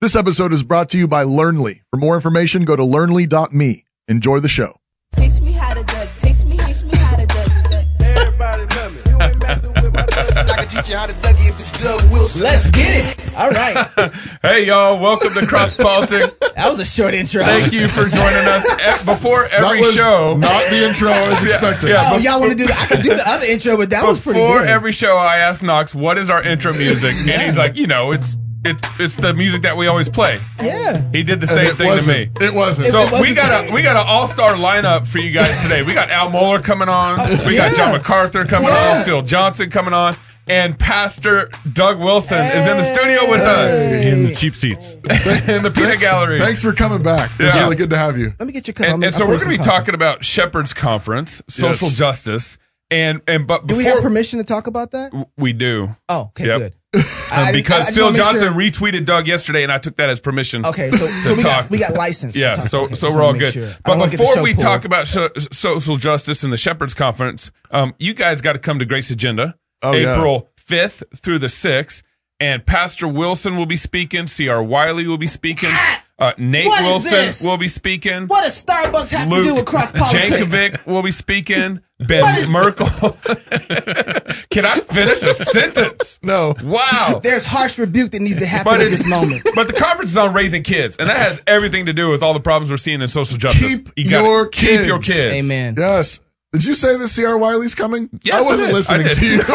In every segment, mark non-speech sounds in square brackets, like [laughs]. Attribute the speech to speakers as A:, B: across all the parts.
A: This episode is brought to you by Learnly. For more information, go to learnly.me. Enjoy the show.
B: Taste me how to duck. Taste me, taste me how to duck. duck.
C: Everybody love me. You ain't messing with my duck. I can teach you how to dougie if this Doug Wilson.
D: Let's get it. All right.
E: [laughs] Hey y'all, welcome to Cross Politic.
D: That was a short intro.
E: Thank you for joining us E- before
A: That
E: every
A: was
E: show.
A: not the intro
E: [laughs]
A: I was expecting.
E: yeah.
D: Oh, y'all want to do that? I could do the other intro, but that was pretty
E: Before
D: good.
E: every show I asked Knox, what is our intro music? And he's like, you know, it's it, it's the music that we always play.
D: yeah.
E: He did the
A: And
E: same
A: it
E: thing to me.
A: wasn't. It wasn't.
D: It
E: So
D: wasn't-
E: we got a we got an all star lineup for you guys today. We got Al Mohler coming on. We got
D: Uh, yeah.
E: John MacArthur coming
D: Yeah.
E: on. Phil Johnson coming on. And Pastor Doug Wilson is in the studio with us
F: Uh, in the cheap seats.
E: in the peanut gallery.
A: Thanks for coming back. It's
E: Yeah.
A: really good to have you.
D: Let me get your cup.
E: and,
D: I'm- I'm
E: and so we're
D: pouring
E: going to be
D: some coffee.
E: talking about Shepherd's Conference, social
A: Yes.
E: justice, and and but
D: Do
E: before
D: we have permission to talk about that?
E: we do
D: Oh, okay,
E: Yep. [laughs]
D: good.
E: Um,
D: I- I- I
E: because
D: just
E: Phil
D: wanna make
E: Johnson
D: sure-
E: retweeted Doug yesterday, and I took that as permission.
D: Okay, so, so
E: to
D: we, got,
E: talk.
D: we got license. to
E: Yeah,
D: talk.
E: so
D: Okay,
E: so
D: just
E: we're
D: wanna
E: all
D: make
E: good.
D: sure. I don't
E: But
D: wanna get the
E: before
D: show
E: we
D: pulled.
E: talk about so, social justice and the Shepherd's Conference, um, you guys got to come to Grace Agenda
A: Oh, yeah.
E: April fifth through the sixth, and Pastor Wilson will be speaking. C.R. Wiley will be speaking. Uh, Nate
D: What is this?
E: Wilson will be speaking.
D: what does Starbucks have to do with cross politics?
E: Jankovic will
D: [laughs]
E: be speaking. Ben
D: What is- [laughs]
E: Merkel. [laughs] Can I finish a sentence?
A: No.
E: Wow.
D: [laughs] There's harsh rebuke that needs to happen
E: But
D: at
E: it's-
D: this
E: [laughs]
D: moment.
E: But the conference is on raising kids, and that has everything to do with all the problems we're seeing in social justice.
A: Keep
E: gotta
A: your
E: Keep your
A: kids.
E: kids.
D: Amen.
A: Yes. Did you say that C.R. Wiley's coming?
E: Yes,
A: I wasn't
E: did.
A: listening
E: I did.
A: to you.
E: [laughs]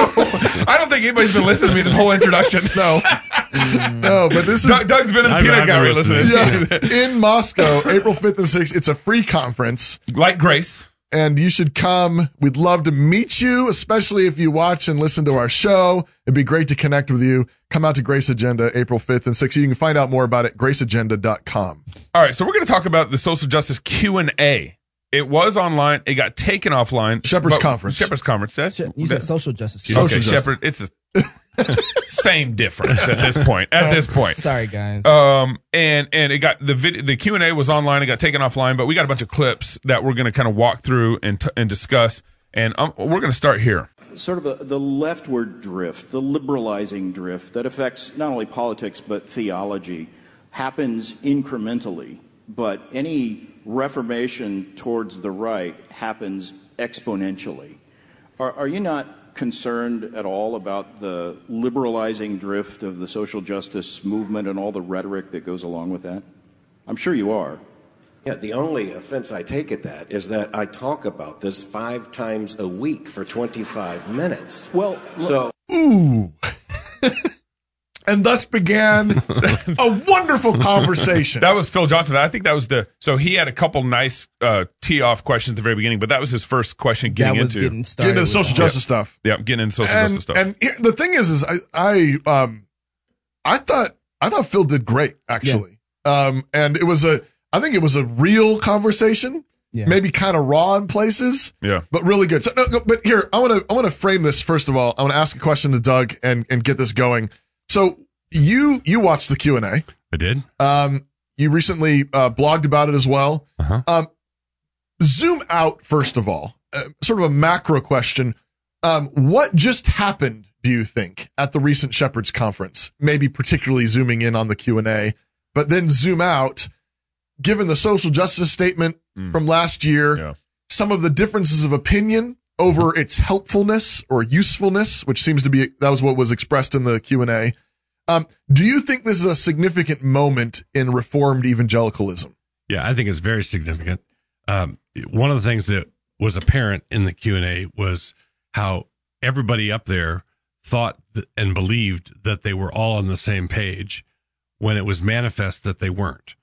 E: I don't think anybody's been listening to me this whole introduction.
A: [laughs]
E: [laughs]
A: no. Mm. No, but this is
E: Doug, Doug's been in the
F: I've-
E: peanut
F: I've been
E: gallery
F: listening.
E: listening.
A: yeah,
E: [laughs]
A: in Moscow, April 5th and 6th. It's a free conference.
E: Like Grace.
A: and you should come. We'd love to meet you, especially if you watch and listen to our show. It'd be great to connect with you. Come out to Grace Agenda April 5th and 6th. You can find out more about it graceagenda.com.
E: All right, so we're going to talk about the social justice Q and A. It was online. It got taken offline.
A: Shepherd's
E: But-
A: Conference.
E: Shepherd's conference. That's,
D: You said social justice.
A: So- Social
E: okay,
A: justice.
E: Shepherd. It's the [laughs] same difference at this point.
D: [laughs]
E: At this point,
D: Sorry, guys.
E: um, and and it got the vid- the Q and A was online. It got taken offline, but we got a bunch of clips that we're going to kind of walk through and t- and discuss. And um, we're going to start here.
G: sort of a, the leftward drift, the liberalizing drift that affects not only politics but theology, happens incrementally. But any reformation towards the right happens exponentially. Are, are you not concerned at all about the liberalizing drift of the social justice movement and all the rhetoric that goes along with that? I'm sure you are.
H: Yeah, the only offense I take at that is that I talk about this five times a week for 25 minutes.
G: Well,
H: So
A: Ooh. [laughs] and thus
E: [laughs]
A: began a wonderful conversation.
E: That was Phil Johnson. I think that was the so he had a couple nice uh, tee off questions at the very beginning, but that was his first question
D: that
E: getting
D: was
E: into
D: getting started.
A: Get into the
D: with
A: social
D: the-
A: justice stuff.
E: yeah getting into social
A: And,
E: justice stuff.
A: and here- the thing is, is I, I, um, I thought, I thought Phil did great actually. Um, and it was a, I think it was a real conversation,
D: Yeah.
A: maybe kind of raw in places.
E: yeah.
A: but really good. So, no, no, but here, I want to I want to frame this first of all. I want to ask a question to Doug and and get this going. So you you watched the Q and A.
F: I did.
A: Um, you recently uh, blogged about it as well.
F: Uh-huh.
A: Um, zoom out first of all, uh, sort of a macro question. Um, what just happened? Do you think at the recent Shepherds conference? Maybe particularly zooming in on the Q and A, but then zoom out. Given the social justice statement
E: Mm.
A: from last year,
E: Yeah. Mm-hmm.
A: some of the differences of opinion over its helpfulness or usefulness, which seems to be that was what was expressed in the Q and A. Um, do you think this is a significant moment in Reformed evangelicalism?
F: Yeah, I think it's very significant. Um, one of the things that was apparent in the Q and A was how everybody up there thought th- and believed that they were all on the same page when it was manifest that they weren't.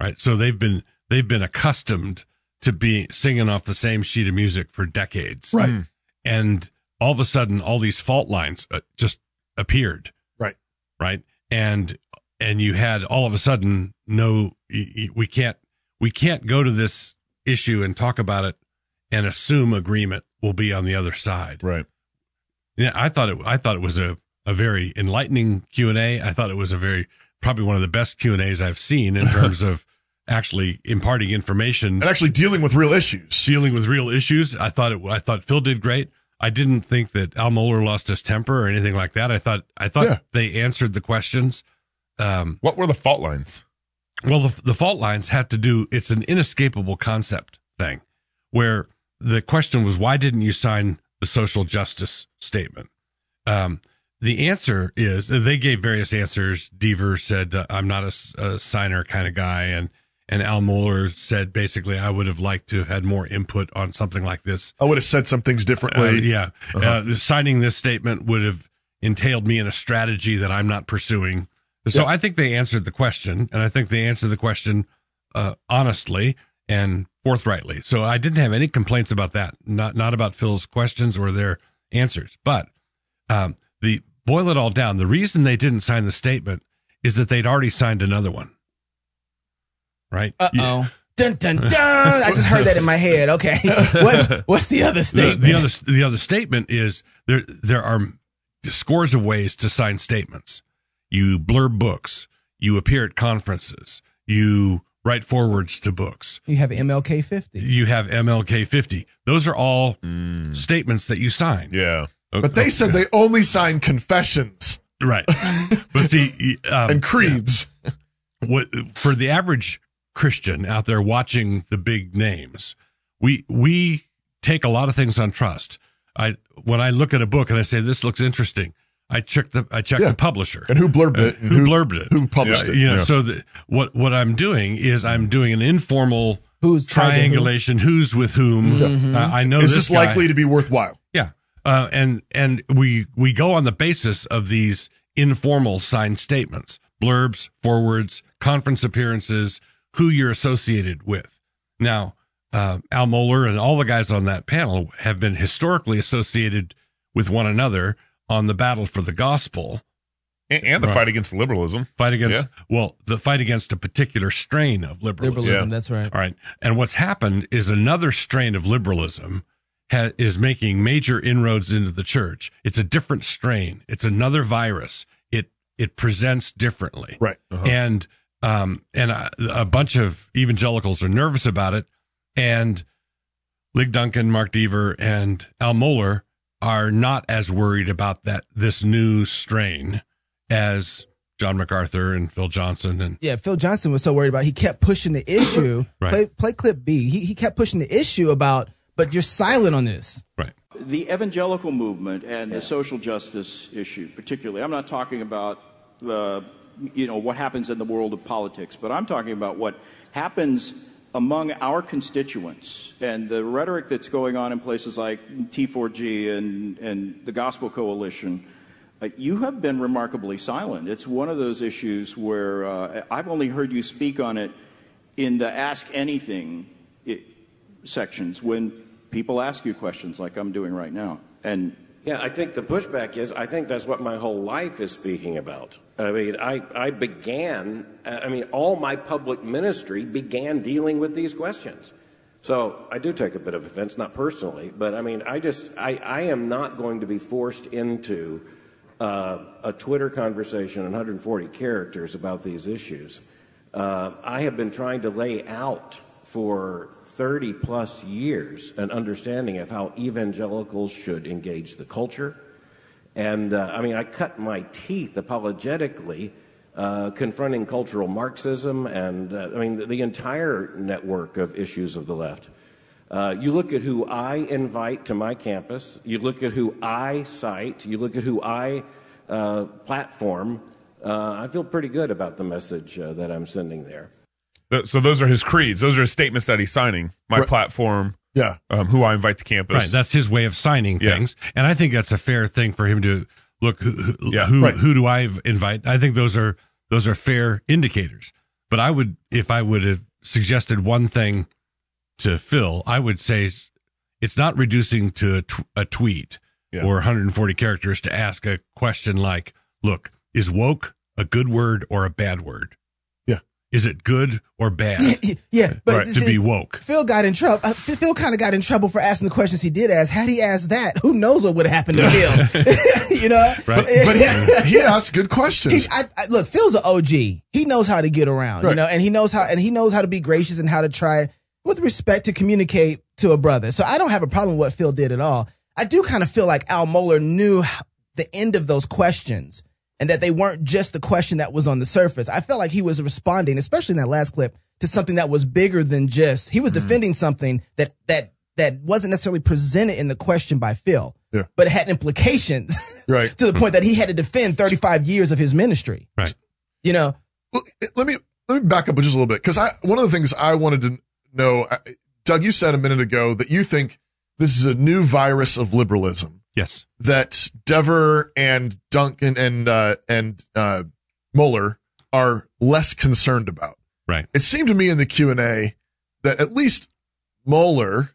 F: Right, so they've been they've been accustomed to be singing off the same sheet of music for decades,
A: Right.
F: and all of a sudden all these fault lines uh, just appeared
A: Right.
F: right and and you had all of a sudden no y- y- we can't we can't go to this issue and talk about it and assume agreement will be on the other side
E: Right.
F: yeah i thought it i thought it was a a very enlightening q&a i thought it was a very probably one of the best q&as i've seen
A: [laughs]
F: in terms of actually imparting information
A: And actually dealing with real issues.
F: dealing with real issues. I thought it, I thought Phil did great. I didn't think that Al Mohler lost his temper or anything like that. I thought I thought
A: Yeah.
F: they answered the questions um,
E: What were the fault lines?
F: well, the, the fault lines had to do, it's an inescapable concept thing where the question was, why didn't you sign the social justice statement? Um, the answer is they gave various answers. Deaver said, uh, I'm not a, s- a signer kind of guy. And, and Al Mohler said, basically, I would have liked to have had more input on something like this.
A: I would have said some things differently.
F: Uh, yeah.
E: Uh-huh.
A: Uh-huh.
F: Uh, signing this statement would have entailed me in a strategy that I'm not pursuing. So I think they answered the question, and I think they answered the question uh, honestly and forthrightly. So I didn't have any complaints about that, not not about Phil's questions or their answers. But um, the boil it all down. The reason they didn't sign the statement is that they'd already signed another one, right?
D: Uh oh. Dun dun dun! I just heard that in my head.
F: [laughs]
D: Okay, what, what's the other
F: the,
D: statement?
F: the other the other statement is there there are scores of ways to sign statements. You blurb books. You appear at conferences. You write forwards to books.
D: you have MLK fifty.
F: You have MLK fifty. Those are all statements that you sign.
E: Hmm. Yeah.
A: But they said they only sign confessions [laughs]
F: right. but see, um,
A: and creeds.
F: what for the average Christian out there watching the big names, we we take a lot of things on trust. I when I look at a book and I say this looks interesting, I check the I check
A: Yeah.
F: the publisher Uh,
A: And who blurbed it?
F: who,
A: and
F: blurbed it,
A: Who published
E: Yeah,
A: it?
F: You know, so the, what what I'm doing is I'm doing an informal
D: Who's tied to who? Mm-hmm.
F: triangulation. Who's with whom? Uh, I know
A: Is this
F: this, guy.
A: likely to be worthwhile?
F: Yeah, uh, and and we we go on the basis of these informal signed statements, blurbs, forwards, conference appearances, who you're associated with. Now, uh, Al Mohler and all the guys on that panel have been historically associated with one another on the battle for the gospel
E: And, and the
F: Right.
E: fight against liberalism.
F: fight against well the fight against a particular strain of liberalism.
D: Liberalism.
E: Yeah.
D: That's right.
F: all right and what's happened is another strain of liberalism ha- is making major inroads into the church it's a different strain it's another virus it it presents differently
A: Right.
F: and um and a, a bunch of evangelicals are nervous about it and Lig Duncan, Mark Deaver, and Al Mohler are not as worried about that this new strain as John MacArthur and Phil Johnson and
D: Yeah, Phil Johnson was so worried about. It. He kept pushing the issue.
F: Right.
D: Play play clip B. He he kept pushing the issue about. But you're silent on this.
F: right.
G: the evangelical movement and the social justice issue, particularly. I'm not talking about uh, you know what happens in the world of politics, but I'm talking about what happens among our constituents and the rhetoric that's going on in places like T4G and and the Gospel Coalition. Uh, you have been remarkably silent. It's one of those issues where uh, I've only heard you speak on it in the Ask Anything. It, sections when people ask you questions like I'm doing right now. And
H: Yeah, I think the pushback is I think that's what my whole life is speaking about. I mean, I, I began, uh, I mean, all my public ministry began dealing with these questions. So I do take a bit of offense, not personally, but I mean, I just, I, I am not going to be forced into uh, a Twitter conversation, 140 characters about these issues. Uh, I have been trying to lay out for 30 plus years an understanding of how evangelicals should engage the culture. And uh, I mean, I cut my teeth apologetically uh, confronting cultural Marxism and, uh, I mean, the, the entire network of issues of the left. Uh, you look at who I invite to my campus, you look at who I cite, you look at who I uh, platform. Uh, I feel pretty good about the message uh, that I'm sending there.
E: Th- so those are his creeds. Those are his statements that he's signing. My
A: Right.
E: platform,
A: Yeah.
E: um, who I invite to campus.
F: Right, that's his way of signing
E: Yeah.
F: things, and I think that's a fair thing for him to look. Who who,
E: Yeah,
F: who,
A: right.
F: who do I invite? I think those are those are fair indicators. But I would, if I would have suggested one thing to Phil, I would say s- it's not reducing to a, tw- a tweet
E: Yeah.
F: or 140 characters to ask a question like, "Look, is woke a good word or a bad word?
A: Yeah.
F: is it good or bad
D: yeah, but
F: right, to be woke?"
D: Phil got in trouble. Uh, Phil kind of got in trouble for asking the questions he did ask. Had he asked that, who knows what would have happened
F: [laughs]
D: to Phil? [laughs] you know, [laughs]
F: Right.
A: But he, he asked good questions.
D: He- I, I, look, Phil's an OG. He knows how to get around, you
A: Right.
D: know, and he knows how and he knows how to be gracious and how to try with respect to communicate to a brother. So I don't have a problem with what Phil did at all. I do kind of feel like Al Mohler knew h- the end of those questions and that they weren't just the question that was on the surface. I felt like he was responding, especially in that last clip, to something that was bigger than just he was
A: Mm-hmm.
D: defending something that that that wasn't necessarily presented in the question by Phil,
A: Yeah.
D: but had implications [laughs]
A: Right.
D: to the point that he had to defend 35 years of his ministry.
F: Right.
D: You know,
A: Well, let me let me back up just a little bit because I one of the things I wanted to know, I- Doug, you said a minute ago that you think this is a new virus of liberalism
F: Yes.
A: that Dever and Duncan and uh, and uh, Mueller are less concerned about.
F: Right.
A: It seemed to me in the Q and A that at least Mueller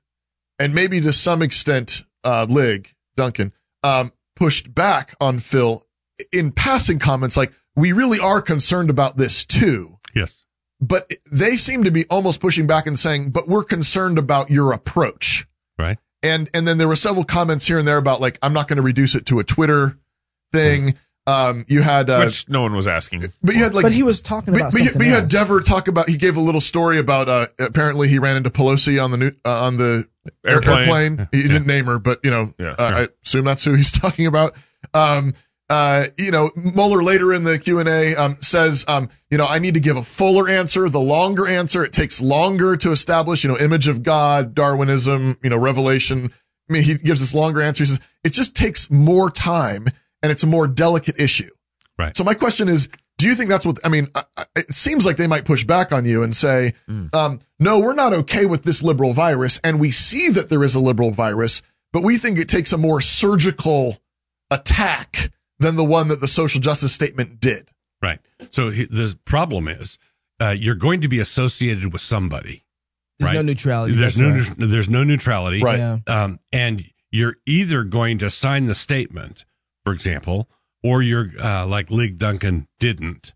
A: and maybe to some extent uh, Lig Duncan um, pushed back on Phil in passing comments like we really are concerned about this too.
F: Yes.
A: But they seem to be almost pushing back and saying, "But we're concerned about your approach."
F: Right.
A: and and then there were several comments here and there about like I'm not going to reduce it to a Twitter thing. Um, you had, uh,
E: which no one was asking.
A: but you had like,
D: but he was talking
A: but,
D: about
A: but you,
D: something
A: but you had
D: else.
A: Dever talk about. He gave a little story about uh, apparently he ran into Pelosi on the new uh, on the air-
E: Airplane.
A: He didn't name her, but you know,
E: Yeah.
A: uh, I assume that's who he's [laughs] talking about. Um, uh, you know, Mueller later in the Q and A um, says, um, you know, I need to give a fuller answer. The longer answer, it takes longer to establish. You know, image of God, Darwinism, you know, revelation. I mean, he gives this longer answer. He says it just takes more time, and it's a more delicate issue.
F: Right.
A: So my question is, do you think that's what? I mean, I, I, it seems like they might push back on you and say, um, "No, we're not okay with this liberal virus, and we see that there is a liberal virus, but we think it takes a more surgical attack than the one that the social justice statement did."
F: Right. So he, the problem is uh, you're going to be associated with somebody.
D: There's
F: right?
D: no neutrality.
F: There's
D: that's
F: no
D: right.
F: neut- there's no neutrality.
A: Right.
D: Yeah.
F: Um, and you're either going to sign the statement, for example, or you're uh, like Lig Duncan didn't,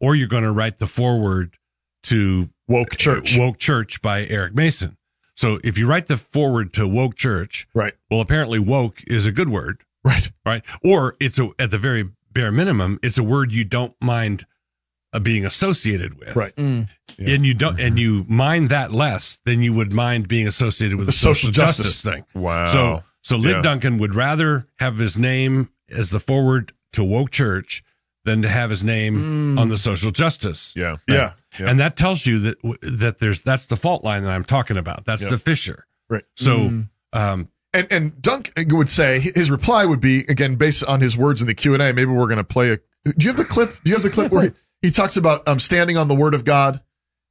F: or you're going to write the foreword to uh,
A: Woke church,
F: Woke Church by Eric Mason. So if you write the forward to Woke Church,
A: right,
F: well, apparently woke is a good word,
A: right,
F: right? Or it's a, at the very bare minimum, it's a word you don't mind uh, being associated with,
A: right.
D: Mm.
F: And you don't, and you mind that less than you would mind being associated with the, social, justice, thing.
E: Wow.
F: So, so Lib
E: Yeah.
F: Duncan would rather have his name as the forward to woke church than to have his name on the social justice.
E: yeah.
A: Yeah,
E: Yeah.
F: And that tells you that w- that there's that's the fault line that I'm talking about. That's
A: Yeah.
F: the fissure.
A: Right.
F: So, um,
A: and and Dunk would say his reply would be again based on his words in the Q and A. Maybe we're going to play a. Do you have the clip? Do you have the clip where he, he talks about um standing on the word of God,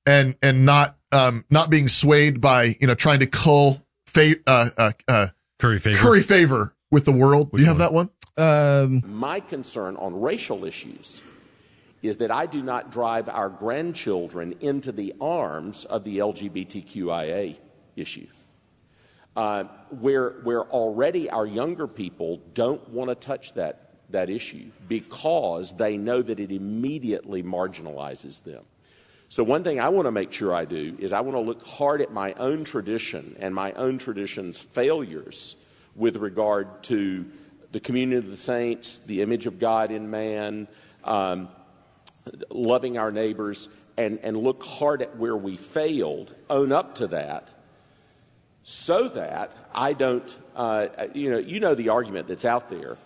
A: and and not um not being swayed by you know trying to cull fa- uh, uh, uh,
F: Curry favor.
A: curry favor with the world. Do you have that one?
D: Um,
I: My concern on racial issues is that I do not drive our grandchildren into the arms of the LGBTQIA issue, uh, where, where already our younger people don't want to touch that, that issue because they know that it immediately marginalizes them. So, one thing I want to make sure I do is I want to look hard at my own tradition and my own tradition's failures with regard to the communion of the saints, the image of God in man, um, loving our neighbors, and, and look hard at where we failed, own up to that, so that I don't, uh, you know, you know the argument that's out there.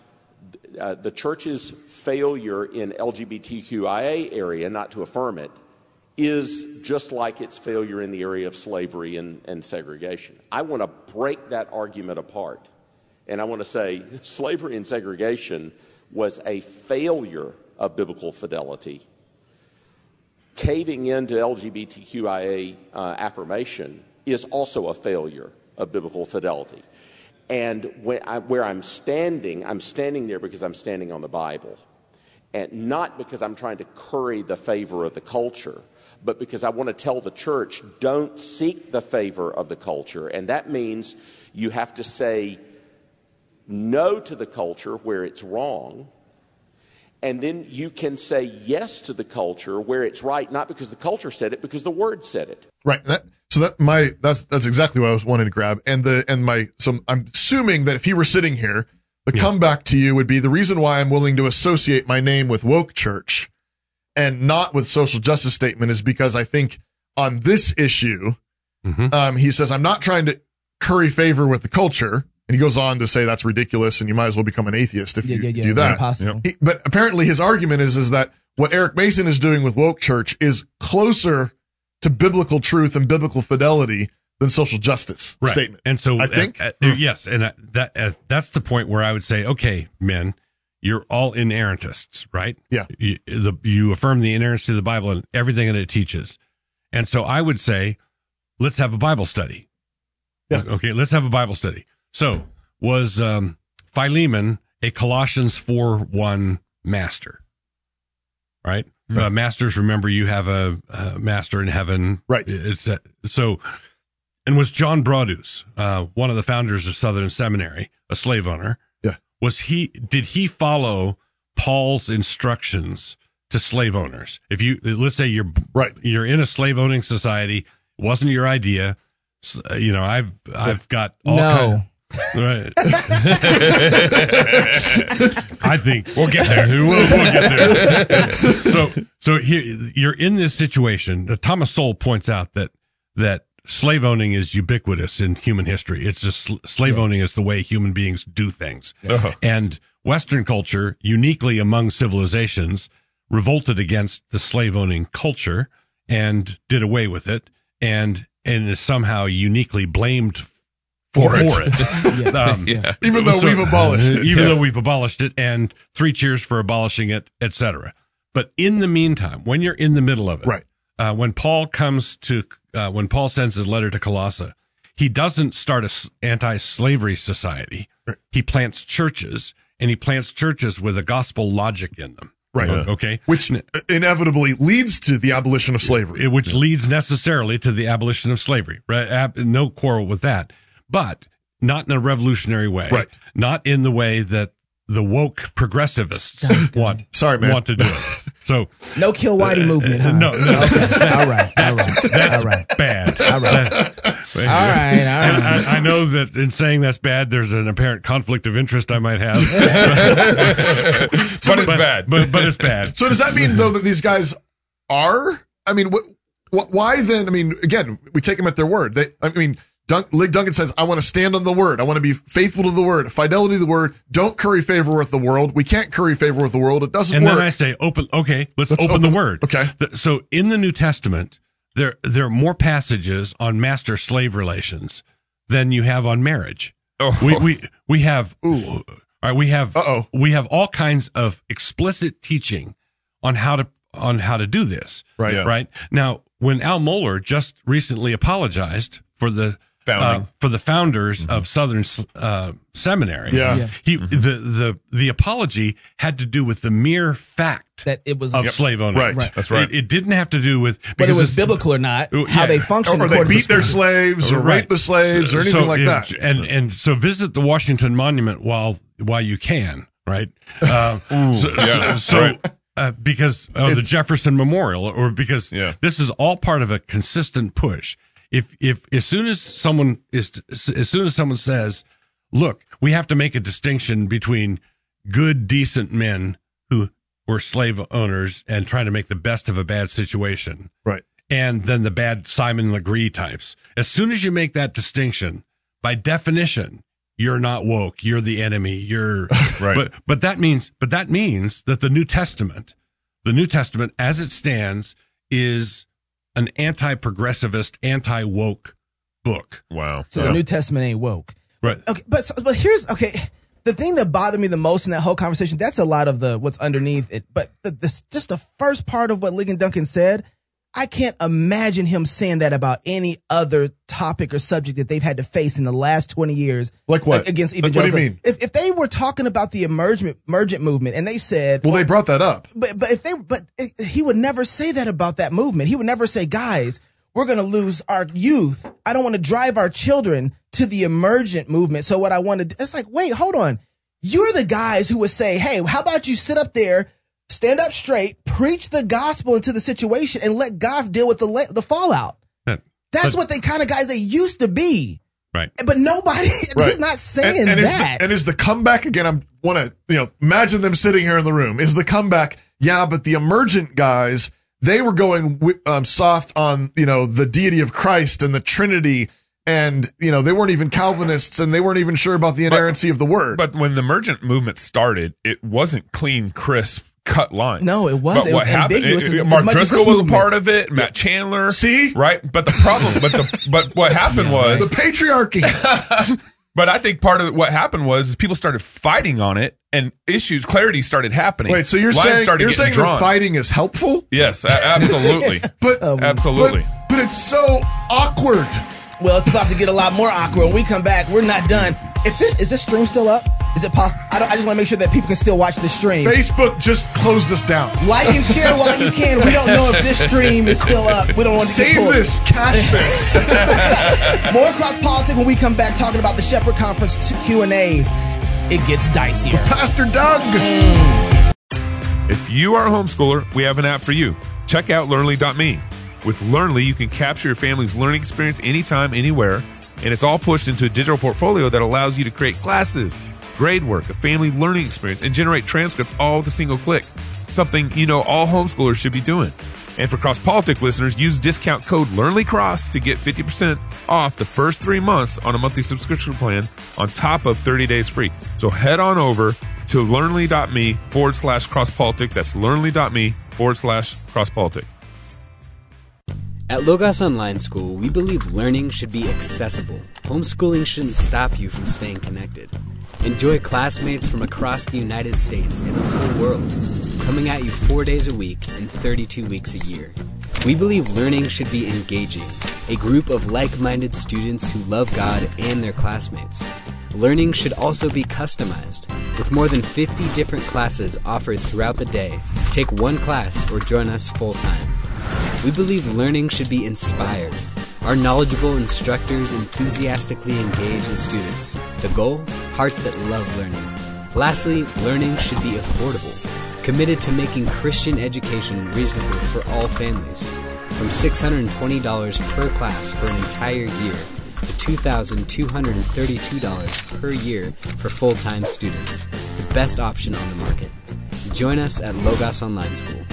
I: Uh, the church's failure in LGBTQIA area, not to affirm it, is just like its failure in the area of slavery and, and segregation. I want to break that argument apart. And I want to say [laughs] slavery and segregation was a failure of biblical fidelity caving into LGBTQIA uh, affirmation is also a failure of biblical fidelity. And when I, where I'm standing, I'm standing there because I'm standing on the Bible, and not because I'm trying to curry the favor of the culture. But because I want to tell the church, don't seek the favor of the culture. And that means you have to say no to the culture where it's wrong, and then you can say yes to the culture where it's right, not because the culture said it, because the word said it.
A: Right. That, so that my that's that's exactly what I was wanting to grab. And the and my so I'm assuming that if he were sitting here, the comeback to you would be the reason why I'm willing to associate my name with woke church and not with social justice statement is because I think on this issue, um, he says I'm not trying to curry favor with the culture. And he goes on to say that's ridiculous, and you might as well become an atheist if
D: Yeah,
A: you
D: yeah, yeah.
A: do
D: it's
A: that.
D: impossible.
A: He, but apparently, his argument is is that what Eric Mason is doing with woke church is closer to biblical truth and biblical fidelity than social justice
F: Right.
A: statement.
F: And so
A: I think Hmm.
F: uh, uh, yes, and uh, that uh, that's the point where I would say, okay, men, you're all inerrantists, right?
A: Yeah.
F: You, the, you affirm the inerrancy of the Bible and everything that it teaches, and so I would say, let's have a Bible study.
A: Yeah.
F: Okay, let's have a Bible study. So was um, Philemon a Colossians four one master? Right,
A: Hmm.
F: uh, masters. Remember, you have a, uh master in heaven.
A: Right.
F: It's uh so and was John Broadus, uh, one of the founders of Southern Seminary, a slave owner.
A: Yeah.
F: Was he? Did he follow Paul's instructions to slave owners? If you let's say you're
A: Right.
F: you're in a slave owning society, wasn't your idea? s- uh, You know, I've I've got all
D: No.
A: [laughs]
F: kind right. [laughs] I think
E: We'll get there.
F: we'll, we'll get
A: [laughs]
F: there. so, so here you're in this situation. Uh, Thomas Sowell points out that that slave owning is ubiquitous in human history. It's just sl- slave owning is the way human beings do things,
E: Uh-huh.
F: and Western culture, uniquely among civilizations, revolted against the slave owning culture and did away with it, and and is somehow uniquely blamed for,
A: it. [laughs]
F: it. Um,
E: Yeah.
A: Even though
F: so-
A: we've abolished it.
F: Even
E: Yeah.
F: though we've abolished it, and three cheers for abolishing it, etc. But in the meantime, when you're in the middle of it,
A: Right.
F: Uh, when Paul comes to, uh, when Paul sends his letter to Colossae, he doesn't start an anti-slavery society. He plants churches, and he plants churches with a gospel logic in them.
A: Right.
F: O- Okay.
A: Which inevitably leads to the abolition of slavery.
F: It- which leads necessarily to the abolition of slavery. Right? Ab- no quarrel with that, but not in a revolutionary way.
A: Right.
F: Not in the way that the woke progressivists want.
A: Sorry, man.
F: Want
A: [laughs]
F: to do it. So uh,
D: No kill whitey movement, huh?
F: no.
D: Okay. all
F: [laughs]
D: right. All right. All right.
F: bad.
D: All right.
F: All
D: All right. All right.
F: [laughs] I, I know that in saying that's bad, there's an apparent conflict of interest I
A: [laughs]
F: might have. [laughs]
E: But it's bad.
F: But but it's bad.
A: So does that mean though that these guys are? I mean, what, what? Why then? I mean, again, we take them at their word. They, I mean, Dun, Lig Duncan says, "I want to stand on the word. I want to be faithful to the word, fidelity to the word. Don't curry favor with the world. We can't curry favor with the world. It doesn't
F: and
A: work."
F: then I say, open. Okay, let's,
A: Let's
F: open,
A: open
F: the
A: the-
F: word.
A: okay.
F: Th- so in the New Testament, there there are more passages on master slave relations than you have on marriage.
E: Oh.
F: We we we have. All right, we have.
A: Uh-oh.
F: We have all kinds of explicit teaching on how to on how to do this.
A: Right. Yeah.
F: Right. Now, when Al Mohler just recently apologized for the
E: Founding. Mm-hmm.
F: uh, for the founders of Southern uh, Seminary,
A: Yeah. Mm-hmm.
D: Yeah.
F: he the the the apology had to do with the mere fact
D: That it was,
F: of
D: whether
F: slave ownership.
A: Right. Right.
E: That's right.
F: It, it didn't have to do with
D: it was
F: it's-
D: biblical or not,
F: Ooh,
D: how
F: yeah.
D: they
A: or,
D: function
A: or they
D: according
A: beat
D: to
A: their
D: scripture.
A: slaves, or
F: Right.
A: rape the slaves, or anything
F: So,
A: like
F: and-
A: that.
F: And and so visit the Washington Monument while while you can, right? Uh, so
E: yeah,
F: so,
E: right.
F: uh, because of the
A: It's-
F: Jefferson Memorial, or because
E: Yeah.
F: this is all part of a consistent push. If if as soon as someone is as soon as someone says, "Look, we have to make a distinction between good, decent men who were slave owners and trying to make the best of a bad situation,"
A: Right.
F: and then the bad Simon Legree types. As soon as you make that distinction, by definition, you're not woke. You're the enemy. You're
E: [laughs] Right.
F: But but that means but that means that the New Testament, the New Testament as it stands, is an anti-progressivist, anti-woke book.
E: Wow.
D: So the New Testament ain't woke.
F: Right.
D: Okay, but so, but here's okay. The thing that bothered me the most in that whole conversation, that's a lot of the what's underneath it. But the, this, just the first part of what Ligon Duncan said, I can't imagine him saying that about any other topic or subject that they've had to face in the last 20 years.
A: Like what?
D: a- Against
A: Like, what do
D: evangelical.
A: you mean?
D: If, if they were talking about the emergent, emergent movement and they said,
A: Well, they brought that up.
D: but but if they but he would never say that about that movement. He would never say, guys, we're gonna lose our youth. I don't want to drive our children to the emergent movement. So what I want to do, it's like, wait, hold on. You're the guys who would say, hey, how about you sit up there, stand up straight, preach the gospel into the situation, and let God deal with the la- the fallout.
F: Yeah.
D: That's
F: But-
D: what they kind of guys they used to be.
F: Right.
D: But nobody, [laughs] he's not saying
A: and, and is
D: that.
A: the, and is the comeback again? I'm want to you know imagine them sitting here in the room. Is the comeback? Yeah, but the emergent guys they were going wi- um, soft on you know the deity of Christ and the Trinity and you know they weren't even Calvinists, and they weren't even sure about the inerrancy of the word.
E: But when the emergent movement started, it wasn't clean, crisp, cut lines.
D: No, it wasn't.
E: But
D: It
E: what
D: was
E: happened?
D: ambiguous as- as
E: Mark
D: much as
E: Driscoll
D: this
E: was a
D: movement.
E: part of it. Matt Chandler.
A: See?
E: right? But the problem, but
A: [laughs]
E: the but what happened
A: the
E: was,
A: patriarchy.
E: [laughs] but I think part of what happened was is people started fighting on it, and issues clarity started happening.
A: Wait, so you're
E: Lines
A: saying
E: started
A: you're
E: getting
A: saying
E: drawn.
A: the fighting is helpful?
E: Yes, a- absolutely,
A: But
E: absolutely.
A: But, but it's so awkward.
D: Well, it's about to get a lot more awkward. When we come back, we're not done. If this is this stream still up? Is it possible? I, don't, I just want to make sure that people can still watch the stream.
A: Facebook just closed us down.
D: Like and share while you can. We don't know if this stream is still up. We don't want to get
A: Save
D: pulled.
A: this, cash
D: [laughs]
A: this.
D: More cross politics when we come back talking about the Shepherd Conference to Q and A. It gets dicier.
A: Pastor Doug.
E: If you are a homeschooler, we have an app for you. Check out learnly.me. With Learnly, you can capture your family's learning experience anytime, anywhere, and it's all pushed into a digital portfolio that allows you to create classes, grade work, a family learning experience, and generate transcripts all with a single click. Something you know all homeschoolers should be doing. And for cross politic listeners, use discount code LearnlyCross to get 50% off the first three months on a monthly subscription plan on top of 30 days free. So head on over to learnly.me forward slash cross politic. That's learnly.me forward slash cross politic.
J: At Logos Online School, we believe learning should be accessible. Homeschooling shouldn't stop you from staying connected. Enjoy classmates from across the United States and the whole world, coming at you four days a week and 32 weeks a year. We believe learning should be engaging, a group of like minded students who love God and their classmates. Learning should also be customized, with more than 50 different classes offered throughout the day. Take one class or join us full time. We believe learning should be inspired. Our knowledgeable instructors enthusiastically engage the students. The goal? Hearts that love learning. Lastly, learning should be affordable. Committed to making Christian education reasonable for all families. From $620 per class for an entire year to $2,232 per year for full time students. The best option on the market. Join us at Logos Online School.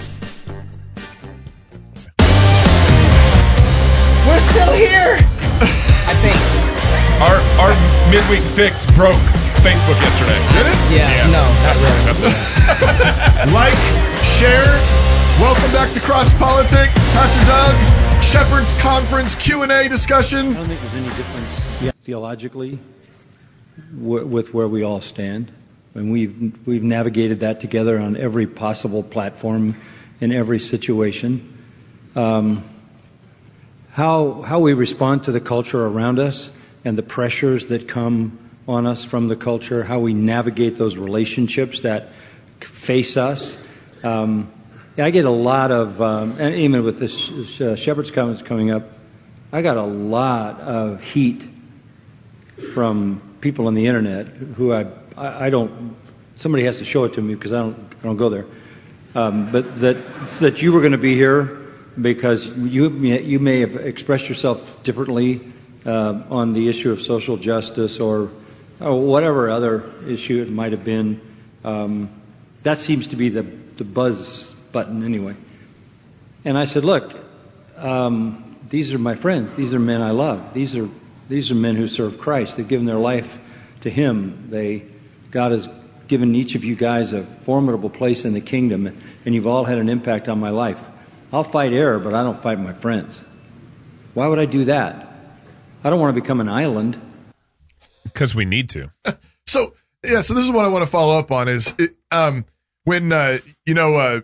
D: We're still here. I think.
E: Our, our midweek fix broke Facebook yesterday.
D: Yeah. No, not really.
E: [laughs]
A: [laughs] like, share. Welcome back to Cross Politic, Pastor Doug, Shepherd's Conference Q and A discussion.
K: I don't think there's any difference theologically wi- with where we all stand. And we've, we've navigated that together on every possible platform in every situation. Um, how, how we respond to the culture around us and the pressures that come on us from the culture, how we navigate those relationships that face us. Um, I get a lot of, um, and even with this uh, Shepherd's Conference coming up, I got a lot of heat from people on the internet who I, I, I don't, somebody has to show it to me because I don't, I don't go there. Um, but that, that you were going to be here because you, may- you may have expressed yourself differently uh, on the issue of social justice or, or whatever other issue it might have been. Um, that seems to be the, the buzz button anyway. And I said, look, um, these are my friends. These are men I love. These are these are men who serve Christ. They've given their life to Him. They God has given each of you guys a formidable place in the kingdom, and you've all had an impact on my life. I'll fight error, but I don't fight my friends. Why would I do that? I don't want to become an island.
E: Because we need to. [laughs]
A: So yeah, so this is what I want to follow up on is it, um, when uh, you know uh,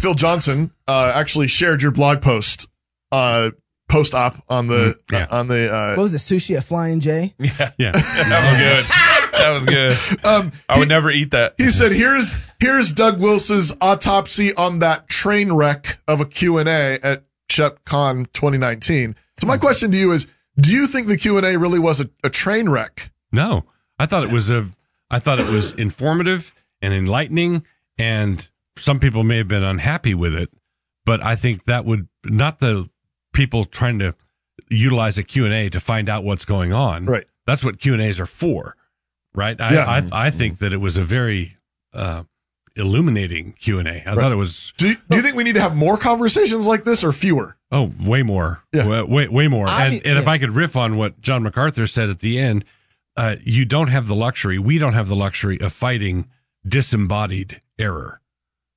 A: Phil Johnson uh, actually shared your blog post uh, post op on the
F: Mhm, yeah.
A: on the uh,
D: What was it? Sushi at Flying J.
A: [laughs]
K: [laughs]
F: Yeah.
E: That was good. That was good.
A: um,
E: I would never eat that.
A: he said here's here's Doug Wilson's autopsy on that train wreck of a Q&A at ShepCon 2019. So my question to you is do you think the Q&A really was a, a train wreck?
F: No, I thought it was a. I thought it was informative and enlightening, and some people may have been unhappy with it, but I think that would not the people trying to utilize a Q and A to find out what's going on.
A: Right.
F: That's what Q and As are for, right? I,
A: Yeah.
F: I I think that it was a very uh, illuminating Q and A. I
A: Right.
F: thought it was
A: Do you, do you think we need to have more conversations like this or fewer?
F: Oh, way more.
A: Yeah.
F: Way, way, way more.
D: I
F: and
D: mean-
F: and if
D: yeah.
F: I could riff on what John MacArthur said at the end, uh, you don't have the luxury, we don't have the luxury of fighting disembodied error.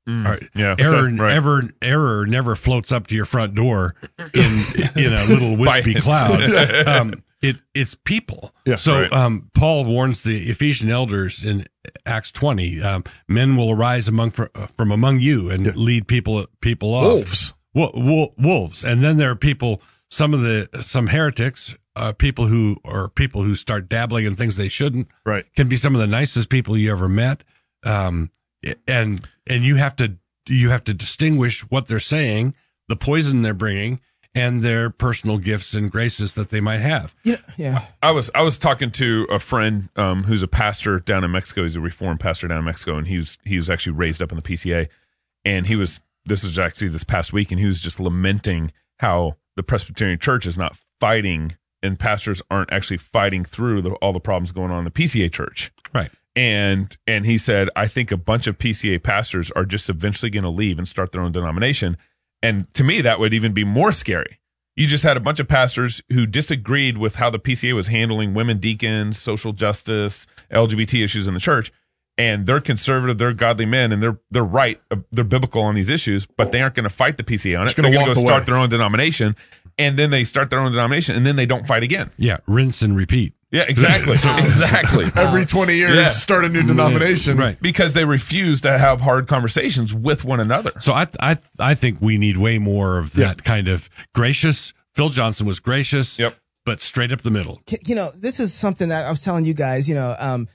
L: Mm-hmm.
F: All right.
E: Yeah.
F: Error,
E: Right.
F: ever, error never floats up to your front door in in a little
E: By
F: wispy
E: hand.
F: cloud. Um, it it's people.
A: Yeah,
F: so
E: right.
F: um, Paul warns the Ephesian elders in Acts twenty: um, men will arise among from, from among you and lead people people off
A: Wolves.
F: wo- wo- wolves, and then there are people. Some of the some heretics, uh, people who or people who start dabbling in things they shouldn't,
A: Right.
F: can be some of the nicest people you ever met. Um, and and you have to you have to distinguish what they're saying, the poison they're bringing, and their personal gifts and graces that they might have.
D: You know, yeah.
E: I was I was talking to a friend um, who's a pastor down in Mexico. He's a reformed pastor down in Mexico, and he was he was actually raised up in the PCA, and he was this was actually this past week, and he was just lamenting how the Presbyterian Church is not fighting, and pastors aren't actually fighting through the, all the problems going on in the PCA Church.
F: Right.
E: And and he said, I think a bunch of PCA pastors are just eventually going to leave and start their own denomination. And to me, that would even be more scary. You just had a bunch of pastors who disagreed with how the PCA was handling women deacons, social justice, LGBT issues in the church, and they're conservative, they're godly men, and they're they're right, uh, they're biblical on these issues, but they aren't going to fight the PCA on it.
A: Just gonna
E: they're going to
A: walk
E: go
A: away.
E: start their own denomination, and then they start their own denomination, and then they don't fight again.
F: Yeah, rinse and repeat.
E: Yeah,
A: [laughs]
F: [laughs]
E: exactly, [laughs] exactly.
A: Oh, Every 20 years,
E: Yeah.
A: start a new denomination.
F: Right.
E: because they refuse to have hard conversations with one another.
F: So I I I think we need way more of
A: Yeah.
F: that kind of gracious. Phil Johnson was gracious.
E: Yep.
F: But straight up the middle.
D: K- You know, this is something that I was telling you guys, you know, um,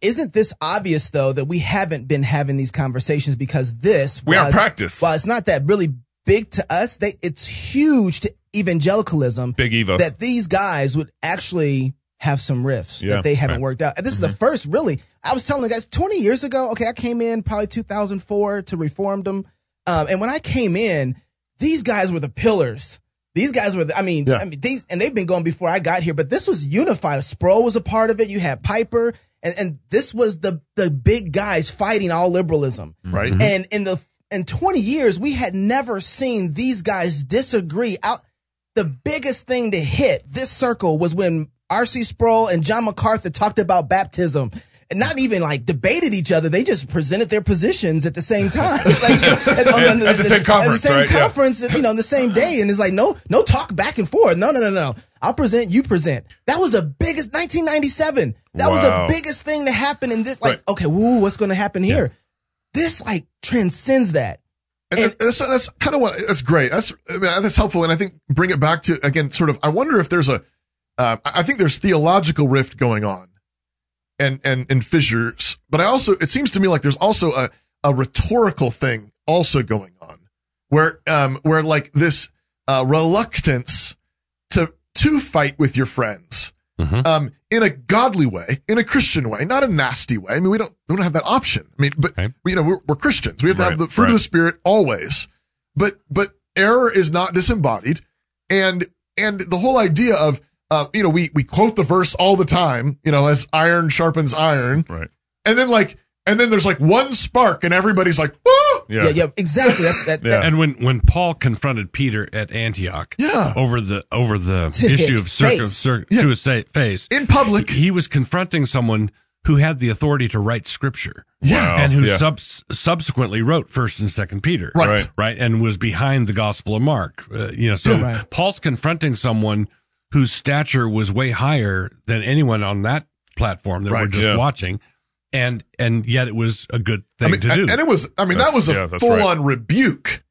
D: isn't this obvious though that we haven't been having these conversations because this
E: We aren't
D: while it's-
E: practiced.
D: While it's not that really big to us, they it's huge to evangelicalism.
E: Big Evo.
D: that these guys would actually have some riffs
E: Yeah,
D: that they haven't
E: right.
D: worked out. And this is the first, really. I was telling the guys 20 years ago, okay, I came in probably 2004 to reform them. Um, and when I came in, these guys were the pillars. These guys were, the, I mean,
A: Yeah.
D: I mean, these, and they've been going before I got here, but this was unified. Sproul was a part of it. You had Piper, and, and this was the, the big guys fighting all liberalism.
E: Mm-hmm.
A: Right.
D: And in the in 20 years, we had never seen these guys disagree. Out the biggest thing to hit this circle was when R.C. Sproul and John MacArthur talked about baptism. And not even like debated each other; they just presented their positions at the same time, [laughs] like, and on- on
E: [laughs] At the same conference,
D: at the same
E: right? Yeah.
D: conference, you know, on the same day. And it's like no, no talk back and forth. No, no, no, no. I'll present, you present. That was the biggest 1997. That was
E: Wow.
D: the biggest thing to happen in this. Like, okay, woo, what's going to happen here? this like transcends that.
A: And,
D: And-
A: that's, that's kind of what that's great. That's I mean, that's helpful, and I think bring it back to again. Sort of, I wonder if there's a, uh, I I think there's theological rift going on, and and and fissures. But I also it seems to me like there's also a a rhetorical thing also going on, where um where like this uh, reluctance to to fight with your friends. Um, in a godly way, in a Christian way, not a nasty way. I mean, we don't we don't have that option. I mean, but
F: Okay.
A: you know, we're, we're Christians. We have to
E: Right,
A: have the fruit
E: right.
A: of the spirit always but but error is not disembodied and and the whole idea of uh, you know we we quote the verse all the time you know as iron sharpens iron
E: Right.
A: and then like and then there's like one spark and everybody's like Woo!
E: Yeah.
D: Yeah, yeah, exactly. That's that. that
F: And when when Paul confronted Peter at Antioch,
A: Yeah.
F: over the over the
D: To
F: issue
D: his
F: of circum,
D: face.
F: cir-
A: Yeah.
F: to his sa- face,
A: in public
F: he was confronting someone who had the authority to write scripture.
E: Yeah. Wow.
F: And who
E: Yeah.
F: subs- subsequently wrote First and Second Peter.
A: Right.
E: Right.
F: Right. And was behind the Gospel of Mark. Uh, you know, so
D: Right.
F: Paul's confronting someone whose stature was way higher than anyone on that platform that we're
A: Right.
F: just
E: Yeah.
F: watching. And and yet it was a good
A: I
F: thing
A: mean,
F: to do.
A: and it was i mean
E: That's-
A: that was a
E: yeah, that's
A: full on rebuke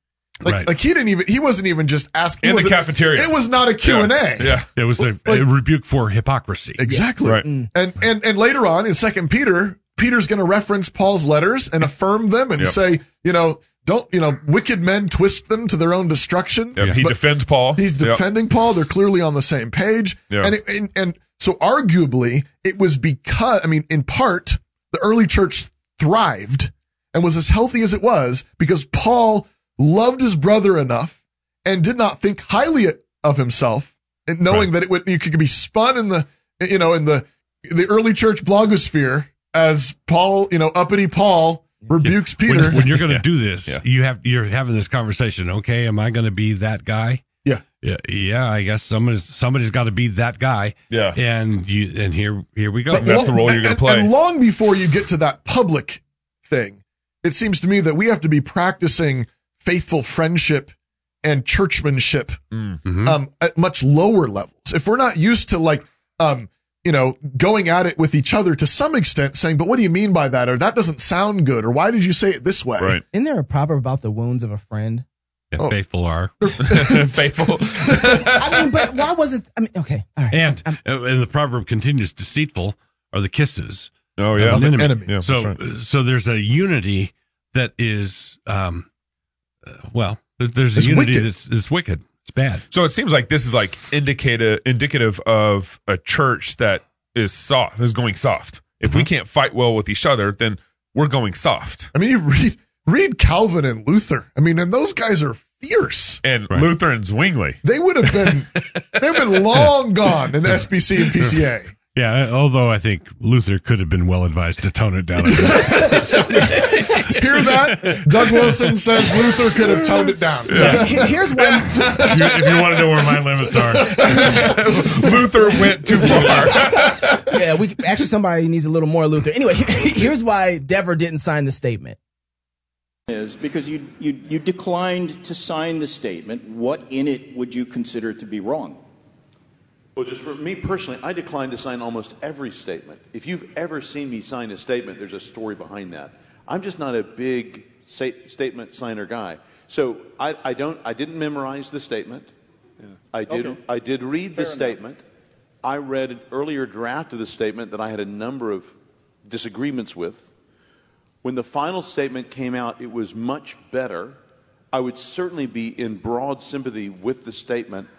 A: like,
F: Right.
A: like he didn't even he wasn't even just asking
E: In the
A: it wasn't-
E: cafeteria.
A: it was not a q&a
E: Yeah. yeah.
F: It was a,
A: Like-
F: a rebuke for hypocrisy.
A: Exactly. Mm.
E: Right.
A: And and and later on in Second Peter, Peter's going to reference Paul's letters and affirm them and
E: Yep.
A: say, you know, don't you know, wicked men twist them to their own destruction.
E: Yep, He
A: But
E: defends Paul.
A: he's
E: Yep.
A: defending Paul. They're clearly on the same page.
E: Yeah.
A: And, it, and and so arguably it was because I mean, in part, the early church thrived and was as healthy as it was because Paul loved his brother enough and did not think highly of himself, and knowing that it would you could be spun in the you know in the the early church blogosphere as Paul you know uppity Paul rebukes
F: When-
A: Peter.
F: When, you're [laughs] going to do this,
E: Yeah.
F: you have you're having this conversation. Okay, am I going to be that guy?
A: Yeah.
F: yeah, yeah. I guess somebody's somebody's got to be that guy.
E: Yeah.
F: and you and here here we go.
A: But long-
E: That's the role you're
A: and-
E: gonna
A: and-
E: play.
A: And long before you get to that public thing, it seems to me that we have to be practicing faithful friendship and churchmanship
E: Mm. Mm-hmm.
F: Mhm.
A: um, at much lower levels. If we're not used to like, um, you know, going at it with each other to some extent, saying, "But what do you mean by that?" or "That doesn't sound good," or "Why did you say it this way?"
E: Right.
D: Isn't there a proverb about the wounds of a friend?
F: Yeah,
A: oh.
F: faithful
A: [laughs]
F: are.
E: Faithful.
D: I mean, but why wasn't? I mean, okay, all right.
F: [laughs] And and the proverb continues: deceitful are the kisses
E: Oh
F: of
E: yeah.
F: an enemy.
A: enemy.
E: Yeah,
F: so
E: that's right.
F: so there's a unity that is um, uh, well, there- there's a
A: It's
F: unity
A: wicked.
F: that's it's wicked. It's bad.
E: So it seems like this is like indicator indicative of a church that is soft is going soft. If we can't fight well with each other, then we're going soft.
A: I mean, you read read Calvin and Luther. I mean, and those guys are fierce.
E: And
F: Right.
E: Luther and Zwingli.
A: They would have been they've
E: [laughs]
A: been long gone in the SBC and PCA.
F: Yeah, uh, although I think Luther could have been well advised to tone it down. [laughs] a bit.
A: [laughs] Hear that? Doug Wilson says Luther could have toned it down.
D: So he- here's what I'm-
A: [laughs]
F: if, you, if you want to know where my limits are,
E: Luther went too
D: [laughs]
E: far.
D: yeah, we actually somebody needs a little more Luther. Anyway, [laughs] here's why Dever didn't sign the statement.
G: is because you, you, you declined to sign the statement. What in it would you consider to be wrong?
M: Well, just for me personally, I decline to sign almost every statement. If you've ever seen me sign a statement, there's a story behind that. I'm just not a big sa- statement signer guy. So I, I don't. I didn't memorize the statement. I did.
G: Okay.
M: I did read
G: Fair
M: the
G: enough.
M: statement. I read an earlier draft of the statement that I had a number of disagreements with. When the final statement came out, it was much better. I would certainly be in broad sympathy with the statement.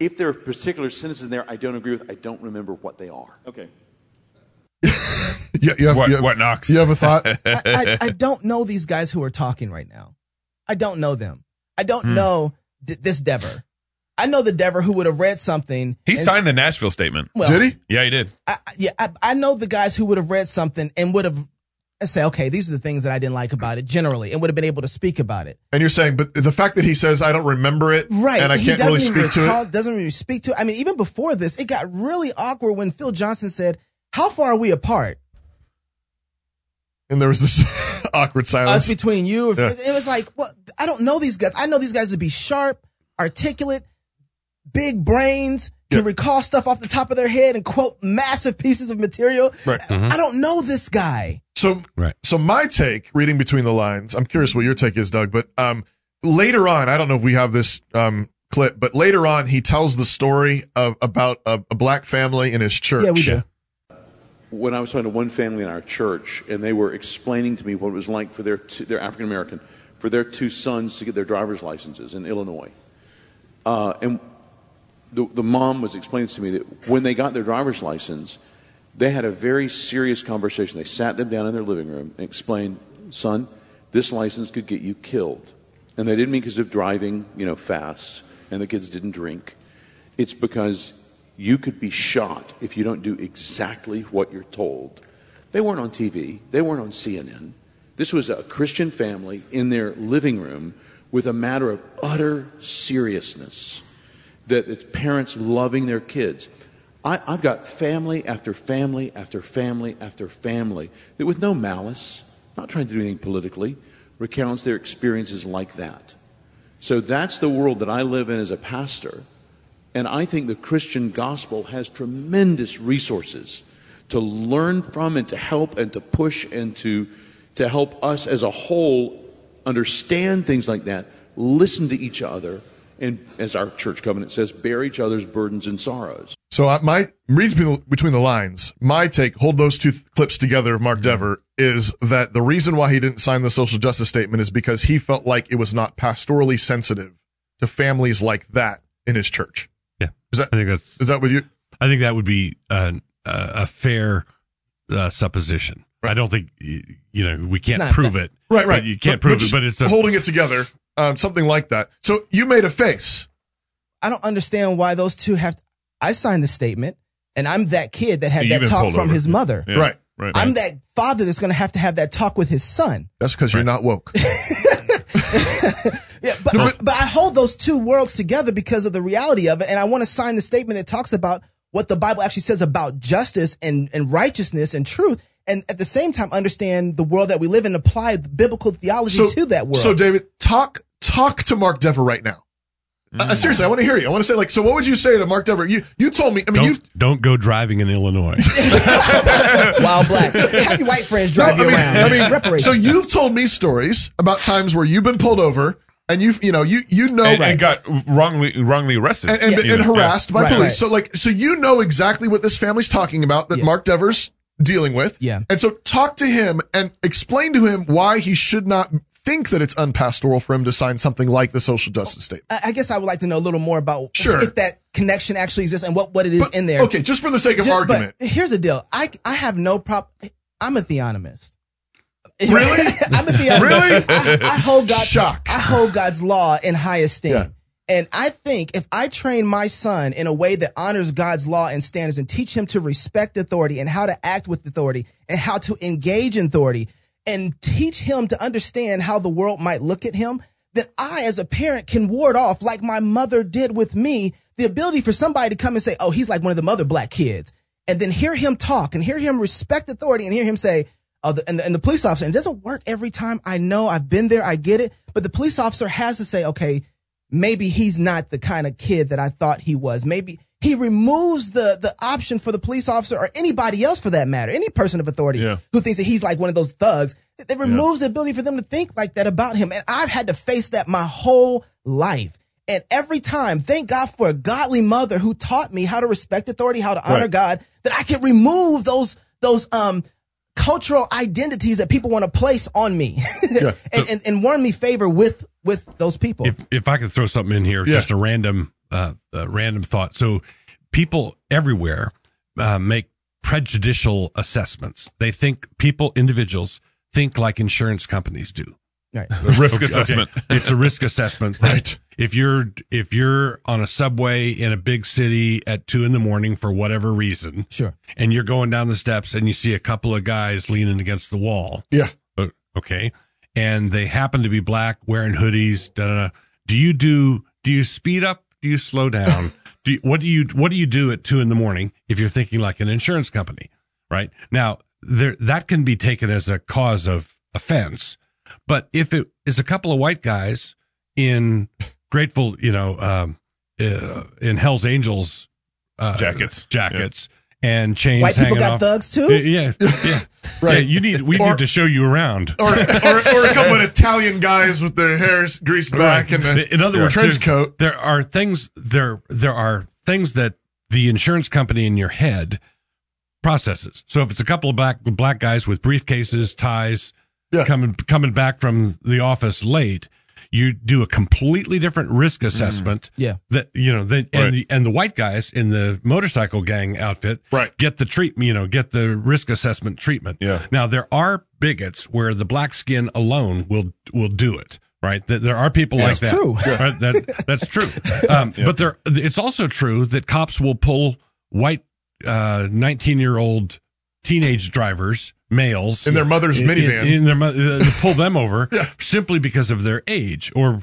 M: If there are particular sentences in there I don't agree with, I don't remember what they are.
G: Okay.
A: Yeah, you have,
E: What-
A: you have-
E: what knocks?
A: You have a
E: [laughs]
A: thought?
D: I, I, I don't know these guys who are talking right now. I don't know them. I don't know th- this Dever. I know the Dever who would have read something.
E: He
D: and-
E: signed the Nashville statement.
D: Well,
A: Did he?
E: Yeah, he did.
D: I, I- yeah, I, I know the guys who would have read something and would have and say, okay, these are the things that I didn't like about it generally, and would have been able to speak about it.
A: And you're saying, but the fact that he says I don't remember it,
D: Right.
A: and I
D: He
A: can't
D: doesn't
A: really
D: even
A: speak to
D: recall-
A: it.
D: Doesn't really speak to it. I mean, even before this, it got really awkward when Phil Johnson said, how far are we apart?
A: And there was this [laughs] awkward
D: us
A: silence.
D: between you. If-
A: Yeah.
D: It it was like, well, I don't know these guys. I know these guys to be sharp, articulate, big brains, can
A: Yeah.
D: recall stuff off the top of their head and quote massive pieces of material.
A: Right.
E: Mm-hmm.
D: I don't know this guy.
A: So,
F: Right.
A: so my take, reading between the lines, I'm curious what your take is, Doug. But um, later on, I don't know if we have this um, clip, but later on, he tells the story of about a, a black family in his church.
D: Yeah, we do.
M: when I was talking to one family in our church, and they were explaining to me what it was like for their two, their African American, for their two sons to get their driver's licenses in Illinois, uh, and the, the mom was explaining to me that when they got their driver's license, they had a very serious conversation. They sat them down in their living room and explained, "Son, this license could get you killed," and they didn't mean because of driving, you know, fast, and the kids didn't drink. It's because you could be shot if you don't do exactly what you're told. They weren't on TV, they weren't on CNN. This was a Christian family in their living room with a matter of utter seriousness that it's parents loving their kids. I, I've got family after family after family after family that, with no malice, not trying to do anything politically, recounts their experiences like that. So that's the world that I live in as a pastor. And I think the Christian gospel has tremendous resources to learn from and to help and to push and to, to help us as a whole understand things like that, listen to each other, and as our church covenant says, bear each other's burdens and sorrows.
A: So I, my reads between the, between the lines. My take, hold those two th- clips together of Mark Dever, is that the reason why he didn't sign the social justice statement is because he felt like it was not pastorally sensitive to families like that in his church.
F: yeah,
A: Is that-
F: I think that's
A: Is that with you?
F: I think that would be an, a, a fair uh, supposition. I don't think y- you know we can't
D: not
F: prove it.
A: Right, right.
F: But you can't
A: But-
F: prove
A: but
F: it, but
A: just
F: it's a,
A: holding it together, um, something like that. So you made a face.
D: I don't understand why those two have. I signed the statement, and I'm that kid that had
E: You've
D: that
E: been
D: talk
E: pulled
D: from
E: over.
D: his mother.
E: Yeah.
A: Right.
E: Right.
D: I'm that father that's going to have to have that talk with his son.
A: That's because you're not woke.
D: Yeah, but, I, but I hold those two worlds together because of the reality of it, and I want to sign the statement that talks about what the Bible actually says about justice and and righteousness and truth, and at the same time understand the world that we live in, apply biblical theology to that world.
A: So David, talk talk to Mark Dever right now. Uh,
F: Mm.
A: seriously, I want to hear you. I want to say like, so what would you say to Mark Dever? You you told me. I mean,
F: don't,
A: you've [laughs]
F: don't go driving in Illinois.
D: Wild
A: [laughs]
D: black, have your white friends drive
A: No,
D: you around.
A: I
D: [laughs]
A: mean, I mean
D: reparations.
A: so you've told me stories about times where you've been pulled over and you've you know you you know
E: and, and got wrongly wrongly arrested
A: Oh, and, and,
E: You
A: and
E: know,
A: harassed
E: yeah.
A: by
E: Right.
A: police. So like, so you know exactly what this family's talking about that Mark Devers dealing with.
D: Yeah.
A: And so talk to him and explain to him why he should not think that it's unpastoral for him to sign something like the social justice statement.
D: I I guess I would like to know a little more about
A: Sure.
D: if that connection actually exists and what, what it is in there.
A: okay, just for the sake of
D: but
A: argument.
D: here's the deal. I I have no problem. I'm a theonomist.
A: Really?
D: [laughs] I'm a theonomist.
A: Really?
D: I, I hold God.
A: Shock.
D: I hold God's law in high esteem.
A: Yeah.
D: And I think if I train my son in a way that honors God's law and standards and teach him to respect authority and how to act with authority and how to engage in authority and teach him to understand how the world might look at him, then I, as a parent, can ward off, like my mother did with me, the ability for somebody to come and say, Oh, he's like one of the mother black kids. And then hear him talk and hear him respect authority and hear him say, uh, the, and, the, and the police officer, and it doesn't work every time. I know I've been there. I get it. But the police officer has to say, okay, maybe he's not the kind of kid that I thought he was. Maybe he removes the, the option for the police officer or anybody else for that matter, any person of authority
E: Yeah.
D: who thinks that he's like one of those thugs. It it removes the ability for them to think like that about him. And I've had to face that my whole life. And every time, thank God for a godly mother who taught me how to respect authority, how to honor
A: Right.
D: God, that I can remove those, those, um, cultural identities that people want to place on me [laughs] and, and, and warn me favor with, with those people.
F: if if I could throw something in here,
A: Yeah.
F: just a random uh, a random thought. So people everywhere uh, make prejudicial assessments. They think people individuals think like insurance companies do.
D: right.
E: The risk
F: Okay, okay.
E: assessment
F: It's a risk assessment. that
A: Right.
F: If you're if you're on a subway in a big city at two in the morning for whatever reason,
D: Sure.
F: and you're going down the steps and you see a couple of guys leaning against the wall,
A: Yeah.
F: uh, okay and they happen to be black wearing hoodies da, da, da. do you do do you speed up do you slow down do you, what do you what do you do at two in the morning if you're thinking like an insurance company right now there that can be taken as a cause of offense but if it is a couple of white guys in grateful you know um uh, in hell's angels uh,
E: Jackets.
F: jackets and chains
D: White people
F: hanging
D: got
F: off.
D: thugs too?
F: Yeah, yeah,
D: [laughs]
F: yeah.
A: Right.
F: Yeah, you need we
A: Or-
F: need to show you around.
A: Or, or, or a couple of Italian guys with their hairs greased back and a
F: in other words,
A: trench
F: [laughs] there-
A: coat.
F: There are things there. There are things that the insurance company in your head processes. So if it's a couple of black black guys with briefcases, ties,
A: Yeah.
F: coming coming back from the office late, you do a completely different risk assessment.
D: Yeah.
F: That you know, then and
E: Right.
F: the, and the white guys in the motorcycle gang outfit,
A: Right.
F: get the treatment. You know, get the risk assessment treatment.
E: Yeah.
F: Now there are bigots where the black skin alone will will do it. Right. Th- There are people like
D: That's
F: that.
D: true.
F: Right? That
A: [laughs]
F: that's true. Um, But there, it's also true that cops will pull white nineteen year old teenage drivers, males,
A: In their mother's
F: in-
A: minivan.
F: in, in their mo- uh, to pull them over simply because of their age or.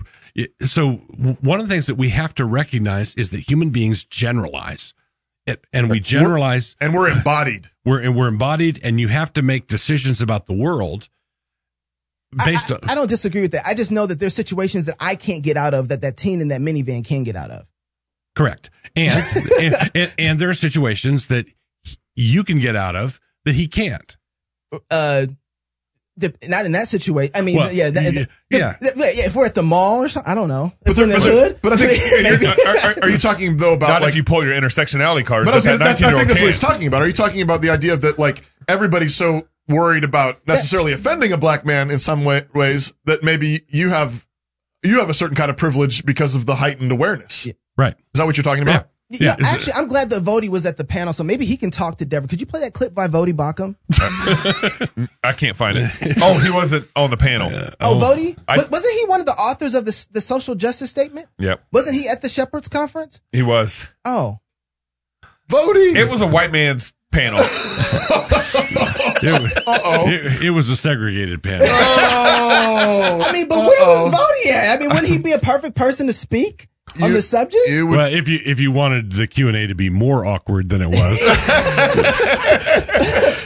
F: So w- one of the things that we have to recognize is that human beings generalize, It- and we generalize
A: and we're embodied.
F: [sighs] we're and we're embodied and you have to make decisions about the world
D: I,
F: based
D: I-
F: on
D: I don't disagree with that. I just know that there's situations that I can't get out of that that teen in that minivan can get out of.
F: correct and, [laughs] and, and and there are situations that you can get out of that he can't
D: Uh, the, not in that situation. I mean,
F: Well,
D: yeah, that,
F: yeah,
D: the-
F: yeah.
D: the- yeah. If we're at the mall or something, I don't know. If we're in the
A: but,
D: hood,
A: but I think
D: maybe.
A: are, are, are you talking though about
E: not
A: like
E: if you pull your intersectionality cards
A: But I, was
E: that
A: gonna,
E: that
A: that's, I
E: 19-year-old
A: think that's what
E: can.
A: he's talking about. Are you talking about the idea of that, like everybody's so worried about necessarily offending a black man in some way, ways that maybe you have you have a certain kind of privilege because of the heightened awareness? Is
F: right
A: that what you're talking about?
D: You know,
F: Yeah, is it-
D: actually, I'm glad that Vody was at the panel, so maybe he can talk to Deborah. Could you play that clip by Vody Bakum?
E: [laughs] I can't
A: [laughs]
E: find it. Oh, he wasn't on the panel.
D: Oh, Vody,
E: I-
D: Wa- wasn't he one of the authors of the the social justice statement?
E: Yep,
D: Wasn't he at the Shepherds Conference?
E: he was.
D: Oh,
A: Voting.
E: It was a white man's panel.
F: It, it, it was a segregated panel.
D: [laughs] I mean, but where was Vody at? I mean, wouldn't he be a perfect person to speak on the subject?
F: well, if you if you wanted the Q and A to be more awkward than it was,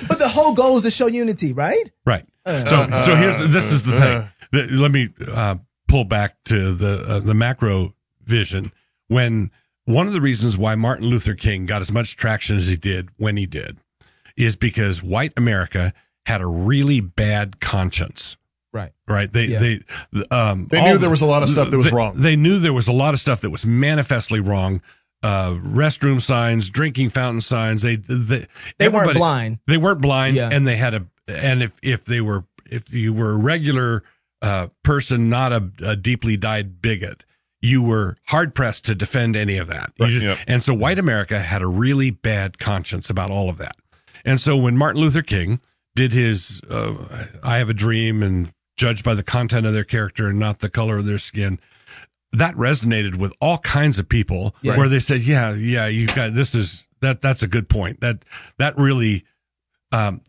D: but the whole goal is to show unity, right?
F: right?
D: Uh,
F: so
D: uh,
F: so here's this is the
D: uh,
F: thing. The- let me uh, pull back to the uh, the macro vision when one of the reasons why Martin Luther King got as much traction as he did when he did is because white America had a really bad conscience.
D: [laughs] Right.
F: Right. They
A: Yeah.
F: they um,
A: They knew there was a lot of stuff that was
F: they-
A: wrong.
F: They knew there was a lot of stuff that was manifestly wrong. Uh, restroom signs, drinking fountain signs. They they,
D: They weren't
F: everybody-
D: blind.
F: They weren't blind,
D: Yeah.
F: and they had a and if if they were if you were a regular uh, person, not a, a deeply dyed bigot, you were hard pressed to defend any of that. You ju- And so white America had a really bad conscience about all of that. And so when Martin Luther King did his uh, I Have a Dream and judged by the content of their character and not the color of their skin, that resonated with all kinds of people
E: Yeah.
F: where they said, yeah, yeah, you got this is that that's a good point. That that really um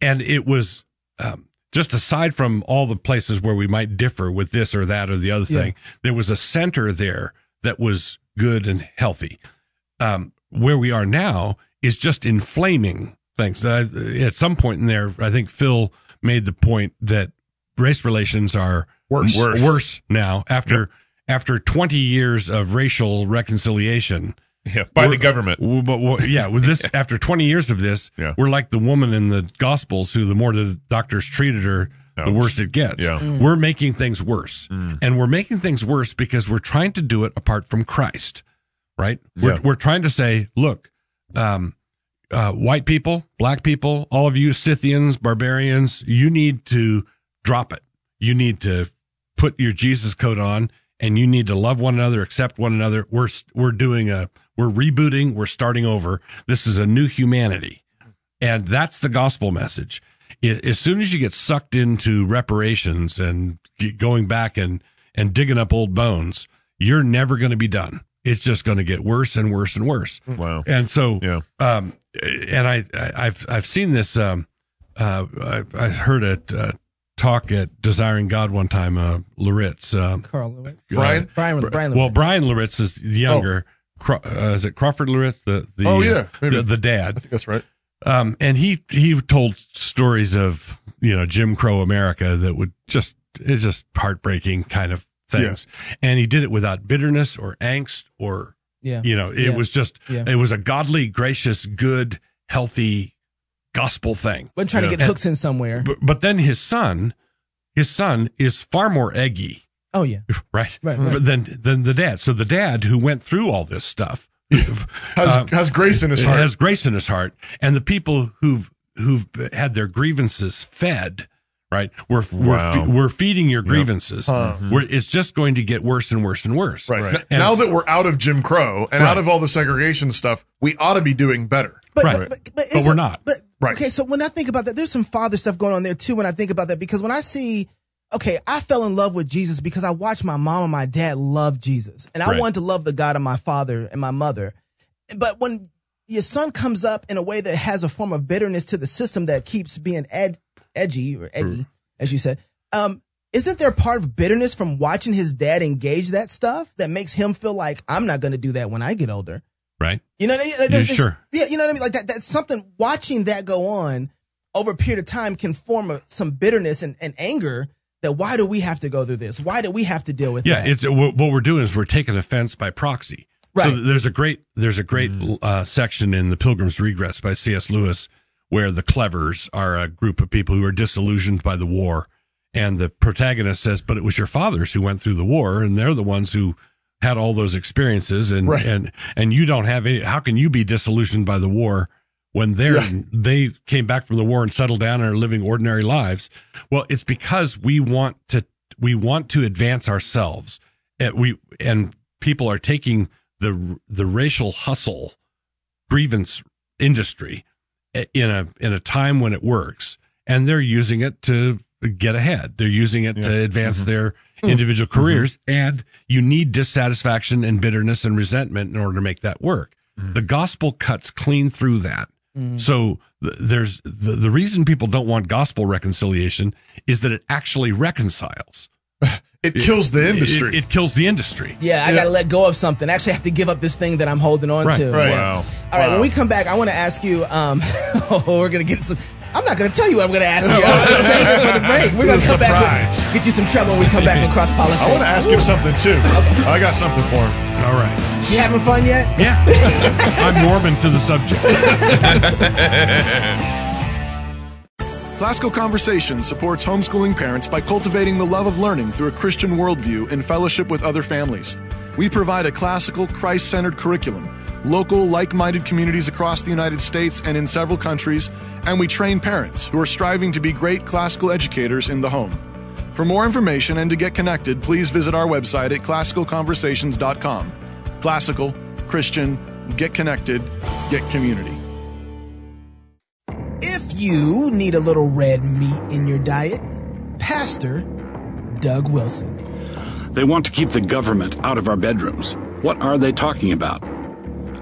F: and it was um just aside from all the places where we might differ with this or that or the other
E: Yeah.
F: thing, there was a center there that was good and healthy. Um, where we are now is just inflaming things. Uh, at some point in there, I think Phil made the point that race relations are
E: Worse.
F: worse, worse now after after 20 years of racial reconciliation
E: [laughs] yeah, by the government.
F: uh, but well, yeah,
E: [laughs]
F: with this after 20 years of this, we're like the woman in the Gospels who the more the doctors treated her, the worse it gets.
E: Yeah. Mm.
F: We're making things worse. And we're making things worse because we're trying to do it apart from Christ, right? We're,
E: Yeah.
F: we're trying to say, look, um, uh, white people, black people, all of you Scythians, barbarians, you need to drop it. You need to put your Jesus coat on and you need to love one another, accept one another. We're, we're doing a, we're rebooting, we're starting over. This is a new humanity. And that's the gospel message. I- As soon as you get sucked into reparations and g- going back and, and digging up old bones, you're never going to be done. It's just going to get worse and worse and worse.
A: Mm.
E: Wow.
F: And so, um, and I, I, I've, I've seen this. Um, uh, I, I heard a uh, talk at Desiring God one time. Uh, Loritz, um,
D: Carl Lewis.
F: Brian?
D: Brian,
F: Br-
D: Brian
F: Well,
D: Lewis.
F: Brian Loritz is the younger. Cro- uh, is it Crawford Loritz? The, the
A: Oh,
F: uh,
A: yeah, maybe.
F: the, the dad. I think
A: that's right.
F: Um, and he he told stories of you know Jim Crow America that would just it's just heartbreaking kind of things, and he did it without bitterness or angst or
E: Yeah.
F: you know it
E: Yeah.
F: was just
E: Yeah.
F: it was a godly, gracious, good, healthy gospel thing.
D: Wasn't trying to get
F: And-
D: hooks in somewhere.
F: But, but then his son, his son is far more eggy
D: Oh yeah.
F: [laughs] right?
D: Right, right.
F: But then, then the dad. So the dad who went through all this stuff [laughs] has
A: has grace in his heart.
F: Has grace in his heart, and the people who've who've had their grievances fed, right? We're we're,
E: Wow.
F: fe- we're feeding your grievances.
A: Huh.
F: We're, it's just going to get worse and worse and worse. Right.
A: N- now that we're out of Jim Crow and
F: Right.
A: out of all the segregation stuff, we ought to be doing better.
D: But- Right. but-
F: but we're not.
D: But
A: Right.
D: okay, so when I think about that, there's some father stuff going on there too. When I think about that, because when I see, okay, I fell in love with Jesus because I watched my mom and my dad love Jesus, and I
L: Right.
D: wanted to love the God of my father and my mother. But when your son comes up in a way that has a form of bitterness to the system that keeps being ed- edgy or edgy, as you said, um, isn't there part of bitterness from watching his dad engage that stuff that makes him feel like I'm not going to do that when I get older? [laughs]
F: right.
D: You know, what I mean? Like,
F: Yeah,
D: there's-
F: sure.
D: Yeah, you know what I mean. Like that. That's something. Watching that go on over a period of time can form a, some bitterness and, and anger. That why do we have to go through this? Why do we have to deal with
F: yeah,
D: that?
F: it's what what we're doing is we're taking offense by proxy. So
D: Right.
F: there's a great there's a great uh, section in the Pilgrim's Regress by C.S. Lewis where the clevers are a group of people who are disillusioned by the war, and the protagonist says, "But it was your fathers who went through the war, and they're the ones who." Had all those experiences, and
E: Right.
F: and and you don't have any. How can you be disillusioned by the war when they're they came back from the war and settled down and are living ordinary lives? Well, it's because we want to we want to advance ourselves. And we and people are taking the the racial hustle grievance industry in a in a time when it works and they're using it to get ahead they're using it to advance
A: Mm-hmm.
F: their
A: Mm.
F: individual careers and you need
A: Mm-hmm.
F: dissatisfaction and bitterness and resentment in order to make that work the gospel cuts clean through that
A: Mm.
F: So th- there's the, the reason people don't want gospel reconciliation is that it actually reconciles.
A: [laughs] It kills the
F: it-
A: industry.
F: It, kills the industry.
D: Yeah, I got to let go of something. I actually have to give up this thing that I'm holding on
F: Right,
D: to.
F: right.
D: Yeah.
F: Wow,
D: All right,
F: wow.
D: when we come back, I want to ask you. Um, [laughs] oh, we're going to get some. I'm not going to tell you what I'm going to ask
F: [laughs]
D: you. I'm going to save it for the break. We're going to come back with, get you some trouble when we come
F: [laughs]
D: back with cross politics.
A: I want to ask him something too. I got something for him.
F: All right.
D: You having fun yet?
F: Yeah. [laughs] I'm Mormon to the subject.
A: Classical Conversation supports homeschooling parents by cultivating the love of learning through a Christian worldview and fellowship with other families. We provide a classical, Christ centered curriculum, local, like minded communities across the United States and in several countries, and we train parents who are striving to be great classical educators in the home. For more information and to get connected, please visit our website at classicalconversations.com. Classical, Christian, get connected, get community.
D: If you need a little red meat in your diet, Pastor Doug Wilson.
L: They want to keep the government out of our bedrooms. What are they talking about?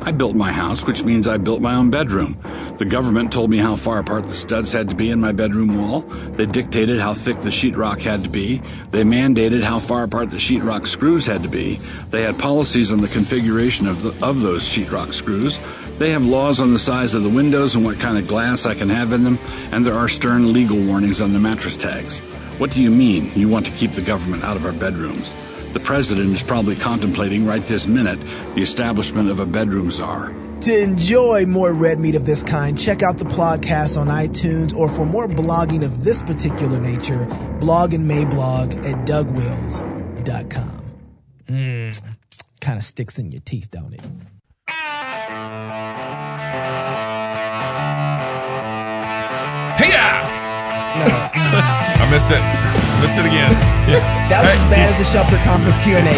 L: I built my house, which means I built my own bedroom. The government told me how far apart the studs had to be in my bedroom wall. They dictated how thick the sheetrock had to be. They mandated how far apart the sheetrock screws had to be. They had policies on the configuration of, the, of those sheetrock screws. They have laws on the size of the windows and what kind of glass I can have in them, and there are stern legal warnings on the mattress tags. What do you mean you want to keep the government out of our bedrooms? The president is probably contemplating right this minute the establishment of a bedroom czar.
D: To enjoy more red meat of this kind, check out the podcast on iTunes or for more blogging of this particular nature, blog and mayblog at dougwills.com. Mm. Kind of sticks in your teeth, don't it?
E: Hey [laughs] I missed it. Missed it again.
A: [laughs]
D: That was as bad as the Shelter Conference Q&A
F: [laughs]
D: game.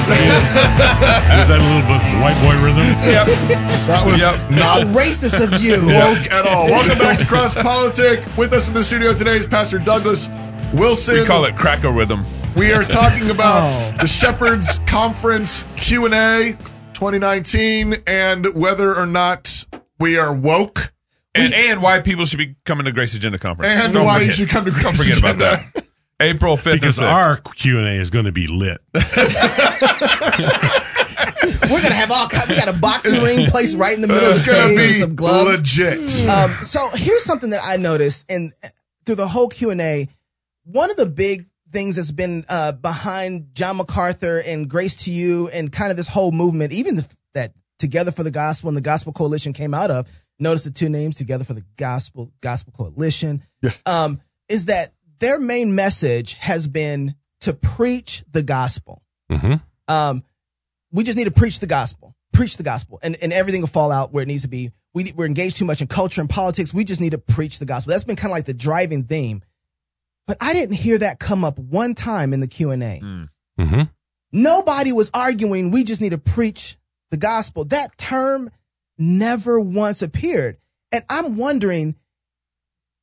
F: Is that a little bit of white boy rhythm?
E: Yep.
A: That was
D: How [laughs] racist of you.
A: [laughs] woke at all. Welcome back to Cross Politic. With us in the studio today is Pastor Douglas Wilson.
E: We call it cracker rhythm.
A: We
E: [laughs]
A: are talking about
D: Oh.
A: the Shepherds Conference Q and A 2019 and whether or not we are woke.
E: And, and why people should be coming to Grace Agenda Conference.
A: And
E: Don't
A: why
E: forget.
A: did you come to
E: Don't
A: Grace
E: forget
A: Agenda?
E: about that. April 5th
F: Because
E: and 6th.
F: our Q and A is going to be lit.
D: We're gonna have all ki- we got a boxing ring placed right in the middle of the
A: It's gonna
D: stage with
A: be
D: some gloves.
A: legit.
D: Um, so here's something that I noticed, and through the whole Q and A, one of the big things that's been uh, behind John MacArthur and Grace to You, and kind of this whole movement, even the, that Together for the Gospel and the Gospel Coalition came out of. Notice the two names Together for the Gospel, Gospel Coalition. Um, is that their main message has been to preach the gospel.
F: Mm-hmm.
D: Um, we just need to preach the gospel, preach the gospel, and, and everything will fall out where it needs to be. We, we're engaged too much in culture and politics. We just need to preach the gospel. That's been kind of like the driving theme. But I didn't hear that come up one time in the Q and A.
F: Mm-hmm.
D: Nobody was arguing. We just need to preach the gospel. That term never once appeared. And I'm wondering,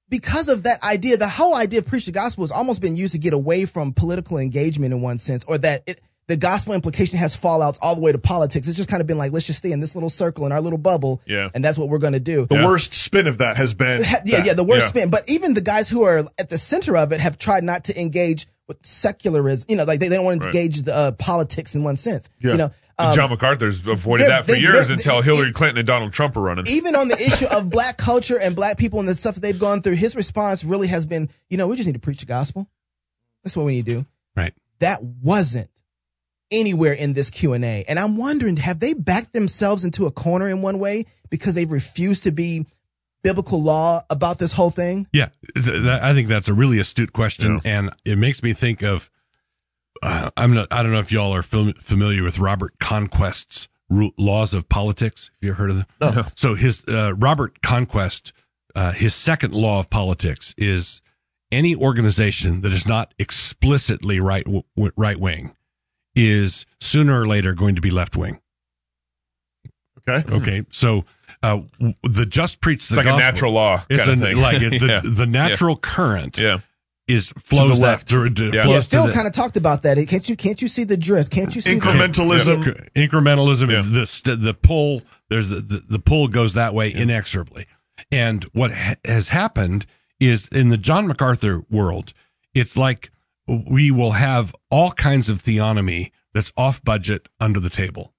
D: because of that idea, the whole idea of preach the gospel has almost been used to get away from political engagement in one sense, or that it, the gospel implication has fallouts all the way to politics. It's just kind of been like, let's just stay in this little circle in our little bubble.
A: Yeah.
D: And that's what we're going to do.
A: The worst spin of that has been
D: Ha- [laughs] yeah,
A: that.
D: yeah, the worst spin. But even the guys who are at the center of it have tried not to engage with secularism. You know, like they, they don't want to
E: Right.
D: engage the uh, politics in one sense.
E: Yeah.
D: You know, um,
E: John MacArthur's avoided
D: they're-
E: that for
D: they're-
E: years
D: they're- e
E: until Hillary Clinton and Donald Trump are running.
D: even on the
E: [laughs]
D: issue of black culture and black people and the stuff that they've gone through, his response really has been, you know, we just need to preach the gospel. That's what we need to do.
F: Right.
D: That wasn't anywhere in this Q&A. And I'm wondering, have they backed themselves into a corner in one way because they've refused to be biblical law about this whole thing?
F: Yeah, th- that, I think that's a really astute question, and it makes me think of. Uh, I'm not. I don't know if y'all are fam- familiar with Robert Conquest's ru- laws of politics. Have you heard of them?
E: No.
F: So his uh, Robert Conquest, uh, his second law of politics is any organization that is not explicitly right w- right wing is sooner or later going to be left wing.
A: Okay.
F: Okay. So uh, w- the just preach the
E: Hmm. It's like a
F: gospel.
E: natural law
F: It's
E: kinda
F: an-
E: thing.
F: Like it,
E: [laughs]
F: the,
E: Yeah.
F: the natural current.
E: Yeah.
F: Is flows
E: the
F: that-
E: left.
F: through- d-
E: Yeah.
F: flows
E: Yeah,
F: to
D: Phil
F: the-
D: kind of talked about that. Can't you can't you see the drift? Can't you see the-
F: Incre- incrementalism. The st- the pull. There's the, the the pull goes that way inexorably. And what ha- has happened is in the John MacArthur world, it's like we will have all kinds of theonomy that's off budget under the table.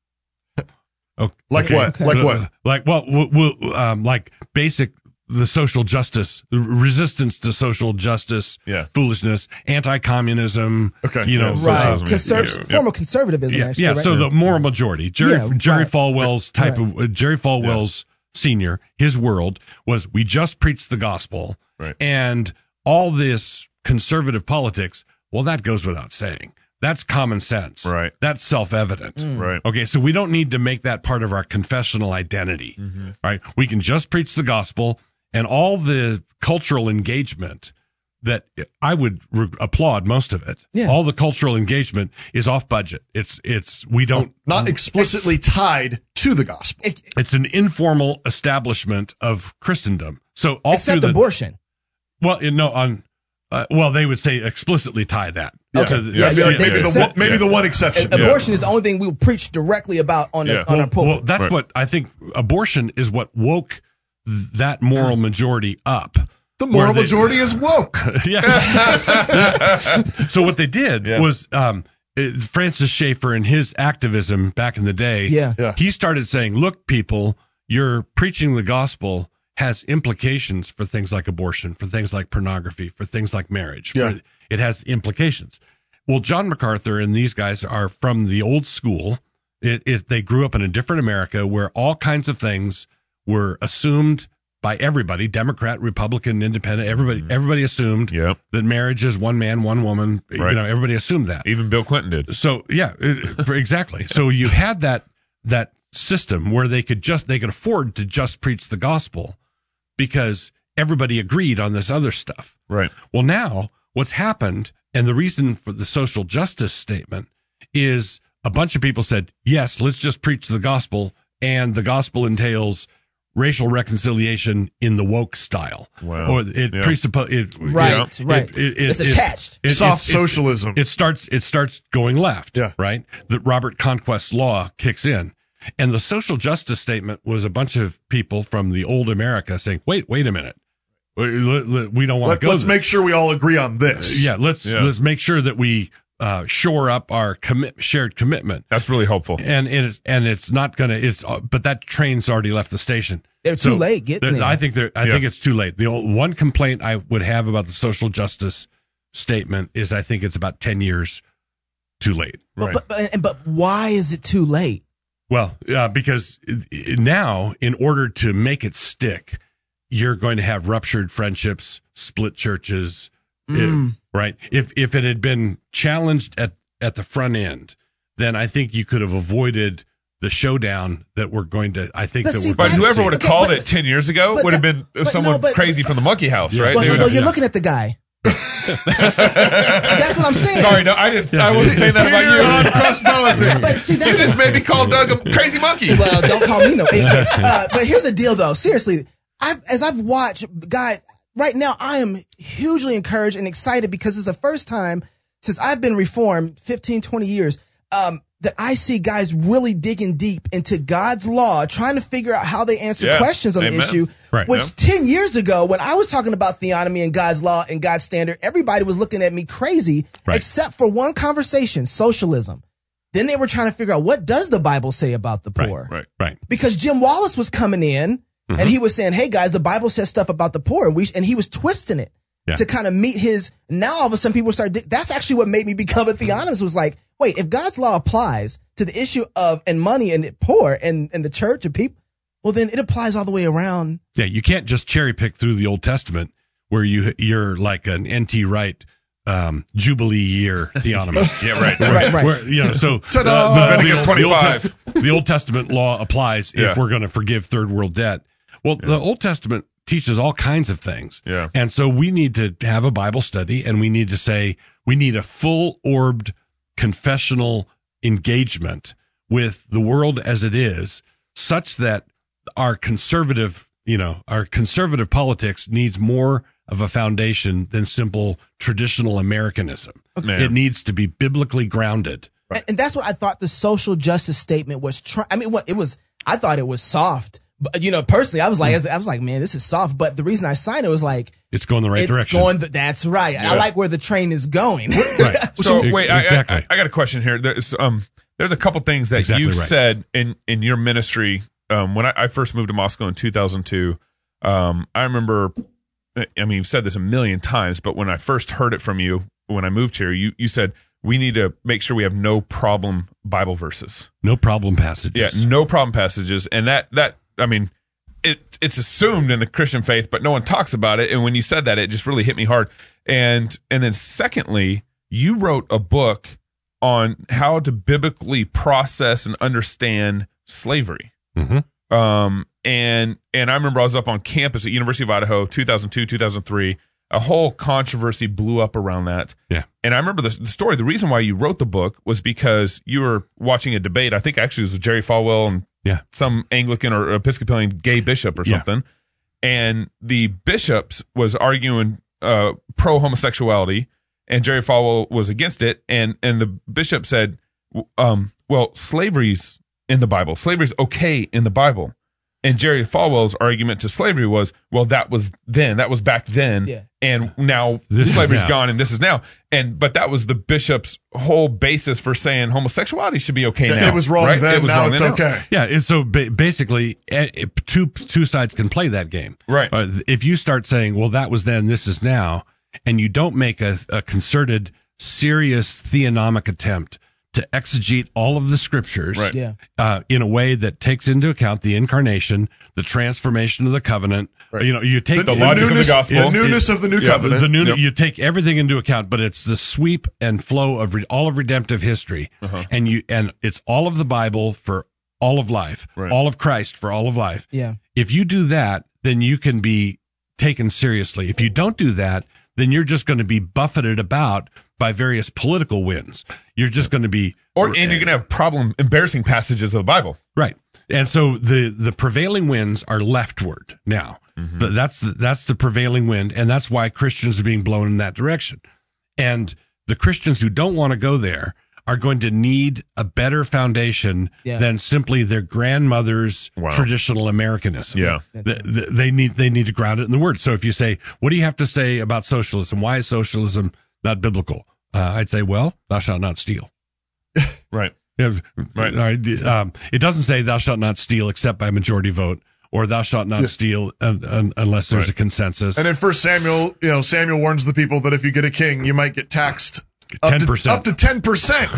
F: Okay.
A: [laughs]
F: Uh,
A: Like what? Like what?
F: Like well, w- w- um, like basic the social justice the resistance to social justice foolishness anti-communism okay you know
D: right.
F: uh,
D: Conserv-
F: yeah, yeah.
D: Formal conservatism,
F: yeah,
D: actually.
F: yeah
D: right?
F: so the moral majority jerry
D: Yeah,
F: jerry
D: right.
F: falwell's type
D: Right.
F: of uh, jerry falwell's senior his world was we just preach the gospel
E: Right.
F: and all this conservative politics well that goes without saying that's common sense right that's self-evident
D: Mm.
E: Right.
F: okay so we don't need to make that part of our confessional identity
D: Mm.
E: Mm-hmm.
F: all right we can just preach the gospel and all the cultural engagement that i would re- applaud most of it
A: Yeah.
F: all the cultural engagement is off budget it's it's we don't Mm.
A: Not explicitly tied to the gospel.
F: it's an informal establishment of christendom so all
D: Except
F: through the,
D: abortion.
F: well you know on uh, well they would say explicitly tie that to the-
A: Yeah, yeah, maybe the one- maybe the one
D: A-
A: exception.
D: Abortion is the only thing we will preach directly about on, a, on
F: well,
D: our pulpit.
F: well, that's what I think. Abortion is what woke th- that moral majority up.
A: The
F: Where
A: moral
F: they-
A: majority is woke.
F: [laughs] yeah. [laughs] so what they did
A: Yeah.
F: was um, it- Francis Schaeffer and his activism back in the day.
D: Yeah.
F: He started saying, "Look, people, you're preaching the gospel." Has implications for things like abortion, for things like pornography, for things like marriage. for-
A: Yeah.
F: it has implications. Well, John MacArthur and these guys are from the old school. It, it, they grew up in a different America where all kinds of things were assumed by everybody Democrat, Republican, Independent. Everybody,
E: Mm-hmm.
F: everybody assumed that marriage is one man, one woman.
E: Right.
F: You know, everybody assumed that.
E: Even Bill Clinton did.
F: So yeah, it- for- exactly. So you had that that system where they could just they could afford to just preach the gospel because everybody agreed on this other stuff.
E: Right.
F: Well, now what's happened and the reason for the social justice statement is a bunch of people said, "Yes, let's just preach the gospel and the gospel entails racial reconciliation in the woke style."
E: Wow.
F: Or it
E: Yeah.
F: presupposes it
E: Right,
F: it-
E: right.
F: it- it-
E: It's
F: it-
E: attached.
F: it-
A: Soft
F: it- it-
A: socialism.
F: It starts. It starts going left. Yeah. Right. The Robert Conquest law kicks in, and the social justice statement was a bunch of people from the old America saying, "Wait, wait a minute, we we don't want
A: Let,
F: to go."
A: us
F: there."
A: make sure we all agree on this.
F: Yeah. Let's let's make sure that we uh, shore up our commit shared commitment.
E: That's really helpful.
F: And it is, and it's not gonna. It's uh, but that train's already left the station.
D: They're too late getting
F: there-
D: there.
F: I think they're. I
E: Yeah.
F: think it's too late. The old, one complaint I would have about the social justice statement is I think it's about ten years too late. Right.
D: But, but, and- but why is it too late?
F: well, uh, because i- i- now, in order to make it stick, you're going to have ruptured friendships, split churches, i-
E: Mm.
F: right? If if it had been challenged at at the front end, then I think you could have avoided the showdown that we're going to. I think
D: But
F: that
D: see,
F: we're.
E: But
F: going to
E: whoever
F: see.
E: would have called it 10 years ago
D: but
E: would have
D: that-
E: been
D: but no,
E: someone
D: but-
E: crazy from the monkey house,
F: Yeah.
E: right?
D: well,
E: They would
D: well,
E: have-
D: you're looking at the guy.
E: [laughs]
D: that's what I'm saying.
E: Sorry, no, I didn't. I wasn't saying that about you.
D: But see, that's
E: you just made me call Doug a crazy monkey.
D: Well, don't call [laughs]
E: [laughs]
D: me no. Uh, but here's the deal, though. Seriously, I've, as I've watched, guys, right now I am hugely encouraged and excited because it's the first time since I've been reformed 15, 20 years um, that I see guys really digging deep into God's law, trying to figure out how they answer
N: Yeah.
D: questions on
N: Amen.
D: the issue.
N: Right.
D: Which
N: Yeah.
D: 10 years ago, when I was talking about theonomy and God's law and God's standard, everybody was looking at me crazy,
F: Right.
D: except for one conversation socialism. Then they were trying to figure out what does the Bible say about the poor?
F: Right, right.
D: because Jim Wallace was coming in and he was saying, "Hey guys, the Bible says stuff about the poor," and we and he was twisting it
F: Yeah.
D: to kind of meet his. Now all of a sudden, people start. That's actually what made me become a theonomist. Was like, wait, if God's law applies to the issue of and money and the poor and and the church and people, well then it applies all the way around.
F: Yeah, you can't just cherry pick through the Old Testament where you you're like an NT Wright um,
E: [laughs]
F: Jubilee year theonomist. [laughs]
E: Yeah, right,
F: Where-
E: right.
F: Where, you know, so
E: Ta-da! Leviticus
F: the Old
E: 25.
F: Test- the Old Testament law applies
E: Yeah.
F: if we're going to forgive third world debt. Well, the Old Testament teaches all kinds of things. Yeah. And so we need to have a Bible study and we need to say we need a full orbed confessional engagement with the world as it is, such that our conservative, you know, our conservative politics needs more of a foundation than simple traditional Americanism.
E: Man.
F: It needs to be biblically grounded.
D: And, and that's what I thought the social justice statement was. Try- I mean, what it was. I thought it was soft, But, you know, personally, I was like, I was like, man, this is soft. But the reason I signed it was like,
F: It's going the right
D: it's
F: direction.
D: going. The, that's right.
F: Yeah.
D: I like where the train is going. [laughs]
E: [laughs] So
F: E-
E: wait, I-
F: exactly.
E: I, I, got a question here. There's um, there's a couple things that
F: Exactly
E: you
F: right.
E: said in in your ministry. Um, when I, I first moved to Moscow in 2002, um, I remember. I mean, you've said this a million times, but when I first heard it from you when I moved here, you you said we need to make sure we have no problem Bible verses.
F: no problem passages.
E: Yeah, no problem passages, and that that I mean, it it's assumed in the Christian faith, but no one talks about it. And when you said that, it just really hit me hard. And and then secondly, you wrote a book on how to biblically process and understand slavery.
F: Mhm.
E: Um, and and I remember I was up on campus at University of Idaho, 2002, 2003. A whole controversy blew up around that.
F: Yeah.
E: And I remember the, the story. The reason why you wrote the book was because you were watching a debate. I think actually it was with Jerry Falwell and
F: Yeah.
E: some Anglican or Episcopalian gay bishop or
F: Yeah.
E: something. And the bishops was arguing uh, pro homosexuality, and Jerry Falwell was against it. And and the bishop said, w- um, "Well, slavery's in the Bible. Slavery's okay in the Bible." And Jerry Falwell's argument to slavery was, "Well, that was then. That was back then."
D: Yeah.
E: And now
F: This is
E: slavery's
F: now.
E: gone and this is now. And but that was the bishop's whole basis for saying homosexuality should be okay now.
A: it was wrong
E: right?
A: then.
E: It was
A: now
E: wrong
A: it's
E: then, now.
A: okay.
F: Yeah, and so ba- basically, eh, eh, two two sides can play that game.
E: Right.
F: Uh, if you start saying, "Well, that was then, this is now," and you don't make a, a concerted, serious theonomic attempt to exegete all of the scriptures,
E: Right.
D: Yeah.
F: uh, in a way that takes into account the incarnation, the transformation of the covenant. You know, you take
E: The logic of the
A: newness,
E: gospel.
A: The newness of the new
E: Yeah,
F: the,
A: covenant.
F: the new
E: Yep.
F: you take everything into account but it's the sweep and flow of re, all of redemptive history
E: Uh-huh.
F: and you and it's all of the bible for all of life
E: Right.
F: all of christ for all of life
D: Yeah.
F: if you do that then you can be taken seriously if you don't do that then you're just going to be buffeted about by various political winds you're just going to be
E: Or and you're gonna have problem embarrassing passages of the Bible.
F: Right. And so the the prevailing winds are leftward now.
E: Mm-hmm.
F: Th- That's the, that's the prevailing wind, and that's why Christians are being blown in that direction. And the Christians who don't want to go there are going to need a better foundation
D: Yeah.
F: than simply their grandmother's
E: Wow.
F: traditional Americanism.
E: Yeah.
F: Th- th- they need they need to ground it in the word. So if you say, "What do you have to say about socialism? Why is socialism not biblical?" Uh, I'd say, "Well, thou shalt not steal."
E: [laughs] Right.
F: Yeah,
E: Right.
F: right. um, it doesn't say thou shalt not steal except by majority vote, or thou shalt not steal un, un, unless there's
E: Right.
F: a consensus.
A: And in First Samuel, you know, Samuel warns the people that if you get a king, you might get taxed up to
F: 10%.
A: up to ten
E: [laughs]
A: percent.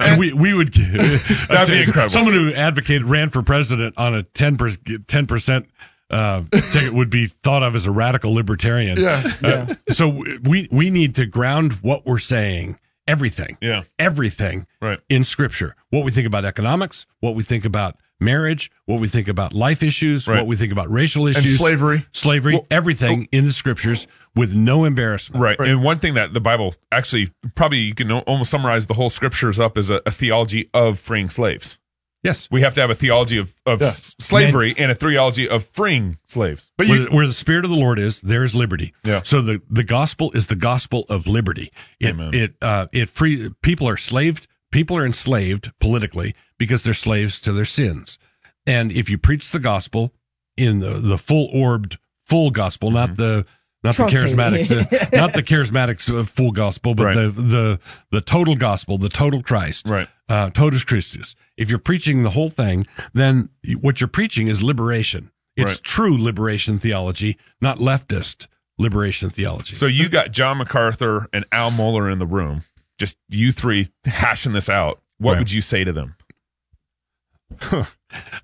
F: And we we would that'd
E: be incredible.
F: Someone who advocated ran for president on a ten percent uh, ticket would be thought of as a radical libertarian.
A: Yeah.
F: Uh, so w- we we need to ground what we're saying, everything,
E: Yeah.
F: everything,
E: Right.
F: in Scripture. What we think about economics, what we think about marriage, what we think about life issues,
E: Right.
F: what we think about racial issues,
A: slavery.
F: slavery,
E: Well- oh.
F: everything in the Scriptures with no embarrassment.
E: Right. And one thing that the Bible actually probably you can al- almost summarize the whole scriptures up as a, a theology of freeing slaves.
F: Yes.
E: We have to have a theology of, of
A: Yeah.
E: s- slavery and a theology of freeing slaves.
A: But
F: where,
A: you,
F: where the spirit of the Lord is, there is liberty.
E: Yeah.
F: So the, the gospel is the gospel of liberty. It
E: Amen.
F: it uh it free people are slaved. People are enslaved politically because they're slaves to their sins. And if you preach the gospel in the the full orbed full gospel, not the not the
D: Truncated.
F: charismatic, the- not the charismatic uh, full gospel, but
E: Right.
F: the the the total gospel, the total Christ,
E: Right.
F: uh, totus Christus. If you're preaching the whole thing, then what you're preaching is liberation. It's
E: Right.
F: true liberation theology, not leftist liberation theology.
E: So you got John MacArthur and Al Mohler in the room, just you three hashing this out. What
F: Right.
E: would you say to [laughs] them?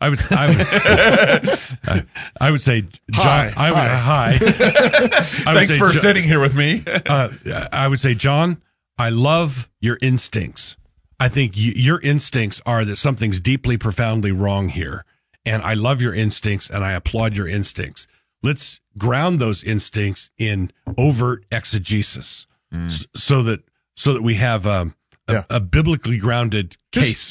F: I would, I would, I- I would [laughs] say, John,
A: Hi.
F: I would,
E: [laughs]
F: hi. I would
E: Thanks
F: say,
E: for
F: Jo-
E: sitting here with me.
F: uh, I would say, John, I love your instincts. I think y- your instincts are that something's deeply, profoundly wrong here. And I love your instincts and I applaud your instincts. Let's ground those instincts in overt exegesis
E: Mm.
F: s- so that, so that we have um, a,
A: Yeah.
F: a biblically grounded case.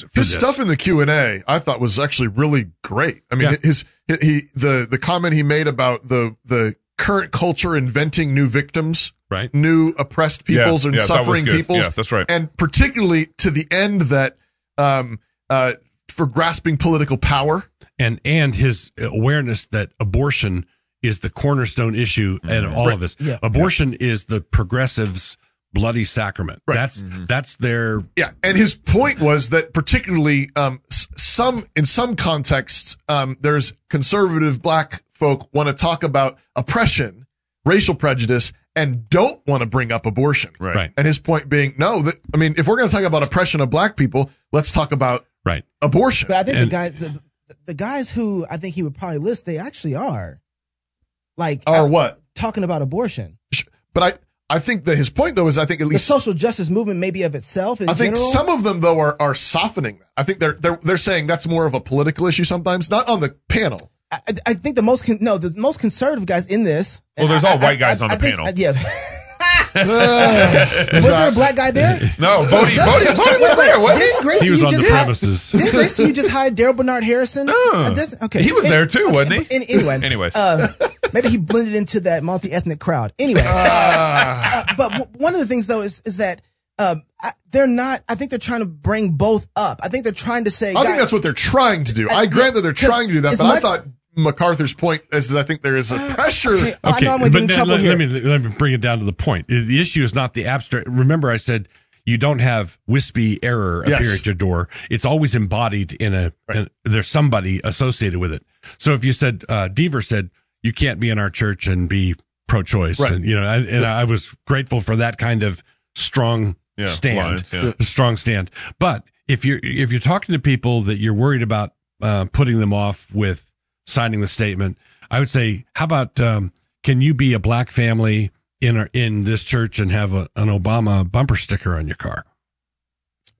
A: his,
F: for
A: his
F: this.
A: stuff in the Q and A, I thought was actually really great. I mean,
F: Yeah.
A: his he the the comment he made about the the current culture inventing new victims,
F: Right.
A: New oppressed peoples
E: Yeah,
A: and
E: yeah, that was
A: suffering
E: good.
A: peoples.
E: Yeah, that's right.
A: And particularly to the end that um uh for grasping political power
F: and and his awareness that abortion is the cornerstone issue in all
E: Right.
F: of this.
E: Yeah.
F: Abortion is the progressives' bloody sacrament. That's that's their
A: yeah. And his point was that particularly um, s- some in some contexts, um, there's conservative black folk want to talk about oppression, racial prejudice, and don't want to bring up abortion.
E: Right. Right.
A: And his point being, no, that, I mean, if we're going to talk about oppression of black people, let's talk about
F: right
A: abortion.
D: But I think the guy, the, the guys who I think he would probably list, they actually are like
A: Are what?
D: talking about abortion.
A: But I, I think that his point though is I think at
D: The
A: least
D: social justice movement, maybe of itself. In
A: I think
D: general,
A: some of them though are are softening. that. I think they're they're they're saying that's more of a political issue sometimes, not on the
D: [laughs]
A: panel.
D: I, I- I think the most con- no, the most conservative guys in this.
A: Well,
D: and
A: there's
D: I-
A: all
D: I-
A: white
D: I-
E: guys on
D: I
E: the
D: think-
A: [laughs]
E: panel.
D: yeah. [laughs]
A: Uh,
D: was there a black guy there?
E: No, Bodie, Bodie, Bodie
D: Wait,
E: was
D: wait,
E: there, wasn't
D: didn't
E: he?
D: Gracie,
E: He was
D: you
E: on
D: just
E: the
D: hi-
E: premises. [laughs]
D: Didn't Gracie, you just hired Daryl Bernard Harrison? Uh, does- okay,
E: He was
D: An-
E: there too,
D: okay,
E: wasn't he?
D: but an- anyway,
E: [laughs] Anyways.
D: uh, maybe he blended into that multi-ethnic crowd. Anyway,
E: Ah.
A: Ah.
D: uh, but w- one of the things though is is that. Um, I, they're not. I think they're trying to bring both up. I think they're trying to say.
A: I think
D: guys-
A: that's what they're trying to do.
D: I-
A: I grant that they're
D: because
A: trying to do that,
D: Uh, as
A: but I
D: much- Ah,
A: thought MacArthur's point is that I think there is a pressure.
F: but then let, let me let me bring it down to the point. The- The issue is not the abstract. Remember, I said you don't have wispy error appear
E: Yes.
F: at your door. It's always embodied in a. in- there's somebody associated with it. So if you said uh, Deaver said you can't be in our church and be pro-choice,
E: Right.
F: and you know, I, and I was grateful for that kind of strong
E: Yeah,
F: stand,
E: lines, yeah.
F: a strong stand. But if you're if you're talking to people that you're worried about uh, putting them off with signing the statement, I would say, how about um, can you be a black family in our, in this church and have a, an Obama bumper sticker on your car?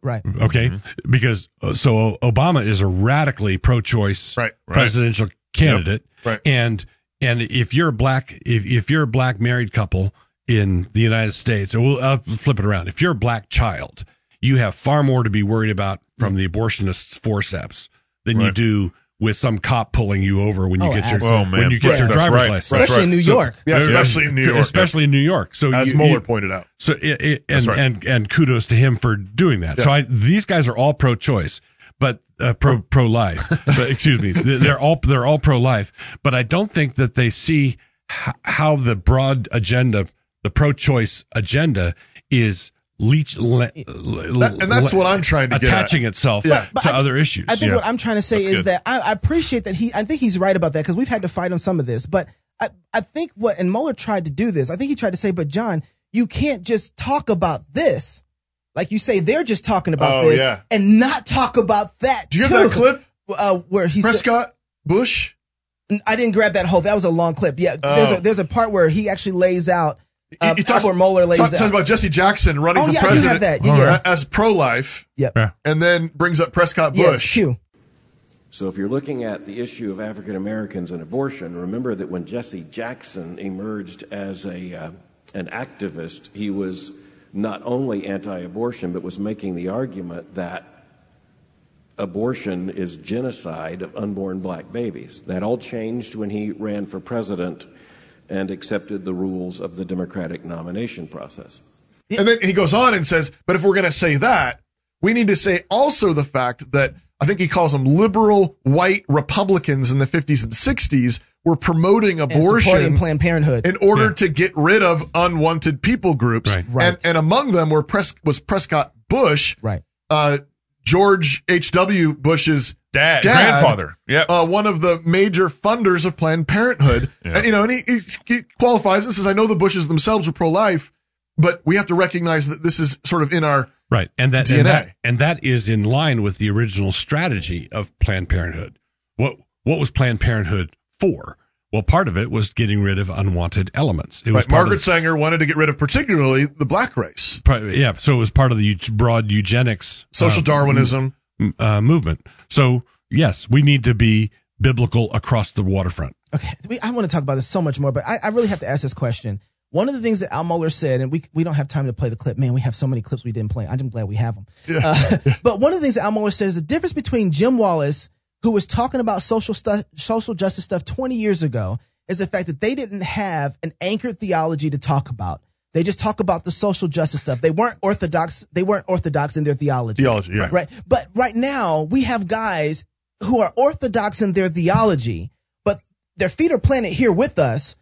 D: Right.
F: Okay,
E: Mm-hmm.
F: because uh, so Obama is a radically pro-choice presidential candidate,
A: right?
F: And and if you're a black, if if you're a black married couple in the United States, or we'll I'll flip it around. If you're a black child, you have far more to be worried about from the abortionist's forceps than you
E: Right.
F: do with some cop pulling you over when you
E: Oh,
F: get your
E: absolutely. Oh, man.
F: when you get
E: Yeah.
F: your
E: That's
F: driver's
E: right.
F: license,
E: Especially in New
F: So-
E: York. Yeah, especially in New York.
F: especially in New York. So
A: As
F: you-
A: Mueller
F: you-
A: pointed out.
F: so it, it,
A: That's
F: and
A: right.
F: and and kudos to him for doing that.
A: Yeah.
F: So I, these guys are all pro-choice, but uh, pro pro
A: [laughs]
F: life. but excuse me, Th- they're all they're all pro-life. But I don't think that they see h- how the broad agenda, the pro-choice agenda, is leech. Le-
A: That- and that's what I'm trying to get at.
F: attaching itself
A: Yeah.
F: to other issues.
D: I think what I'm trying to say is that I, I appreciate that he. I think he's right about that because we've had to fight on some of this. But I, I think what and Mueller tried to do this. I think he tried to say, but John, you can't just talk about this, like you say they're just talking about
A: Oh,
D: this
A: yeah.
D: and not talk about that.
A: Do you
D: too.
A: have that clip?
D: Uh, where he
A: Prescott Bush.
D: I didn't grab that whole. That was a long clip. Yeah,
A: Oh.
D: there's a, there's a part where he actually lays out. Uh,
A: he talks-
D: where Mueller lays
A: Talk,
D: out.
A: talks about Jesse Jackson running
D: Oh,
A: for
D: yeah, I do have
A: president
D: that. Yeah, yeah.
A: as pro-life.
D: Yep.
A: And then brings up Prescott
H: Yeah,
A: Bush.
H: it's So if you're looking at the issue of African Americans and abortion, remember that when Jesse Jackson emerged as a uh, an activist, he was not only anti-abortion but was making the argument that abortion is genocide of unborn black babies. That all changed when he ran for president and accepted the rules of the Democratic nomination process.
A: And then he goes on and says, but if we're going to say that, we need to say also the fact that I think he calls them liberal white Republicans in the 50s and 60s were promoting
D: and supporting
A: abortion
D: Planned Parenthood
A: in order to get rid of unwanted people groups.
D: Right.
A: And, and among them were Pres- was Prescott Bush,
D: right.
A: uh, George H.W. Bush's
E: Dad, grandfather. Yep.
A: uh, one of the major funders of Planned Parenthood.
E: Yeah.
A: And, you know, and he, he, he qualifies and says, I know the Bushes themselves are pro life, but we have to recognize that this is sort of in our
F: Right, and that,
A: DNA.
F: and that and that is in line with the original strategy of Planned Parenthood. What what was Planned Parenthood for? Well, part of it was getting rid of unwanted elements. It was
A: Right,
F: part
A: Margaret
F: of,
A: Sanger wanted to get rid of particularly the black race.
F: part- yeah, so it was part of the eu- broad eugenics, uh,
A: Social Darwinism.
F: m- uh, movement. So yes, we need to be biblical across the waterfront.
D: Okay, we, I want to talk about this so much more, but I, I really have to ask this question. One of the things that Al Mohler said, and we we don't have time to play the clip. Man, we have so many clips we didn't play. I'm just glad we have them. Uh, but one of the things that Al Mohler says the difference between Jim Wallace, who was talking about social stuff, social justice stuff 20 years ago, is the fact that they didn't have an anchored theology to talk about. They just talk about the social justice stuff. They weren't orthodox. They weren't orthodox in their theology.
A: Theology, yeah.
D: Right. But right now we have guys who are orthodox in their theology, but their feet are planted here with us,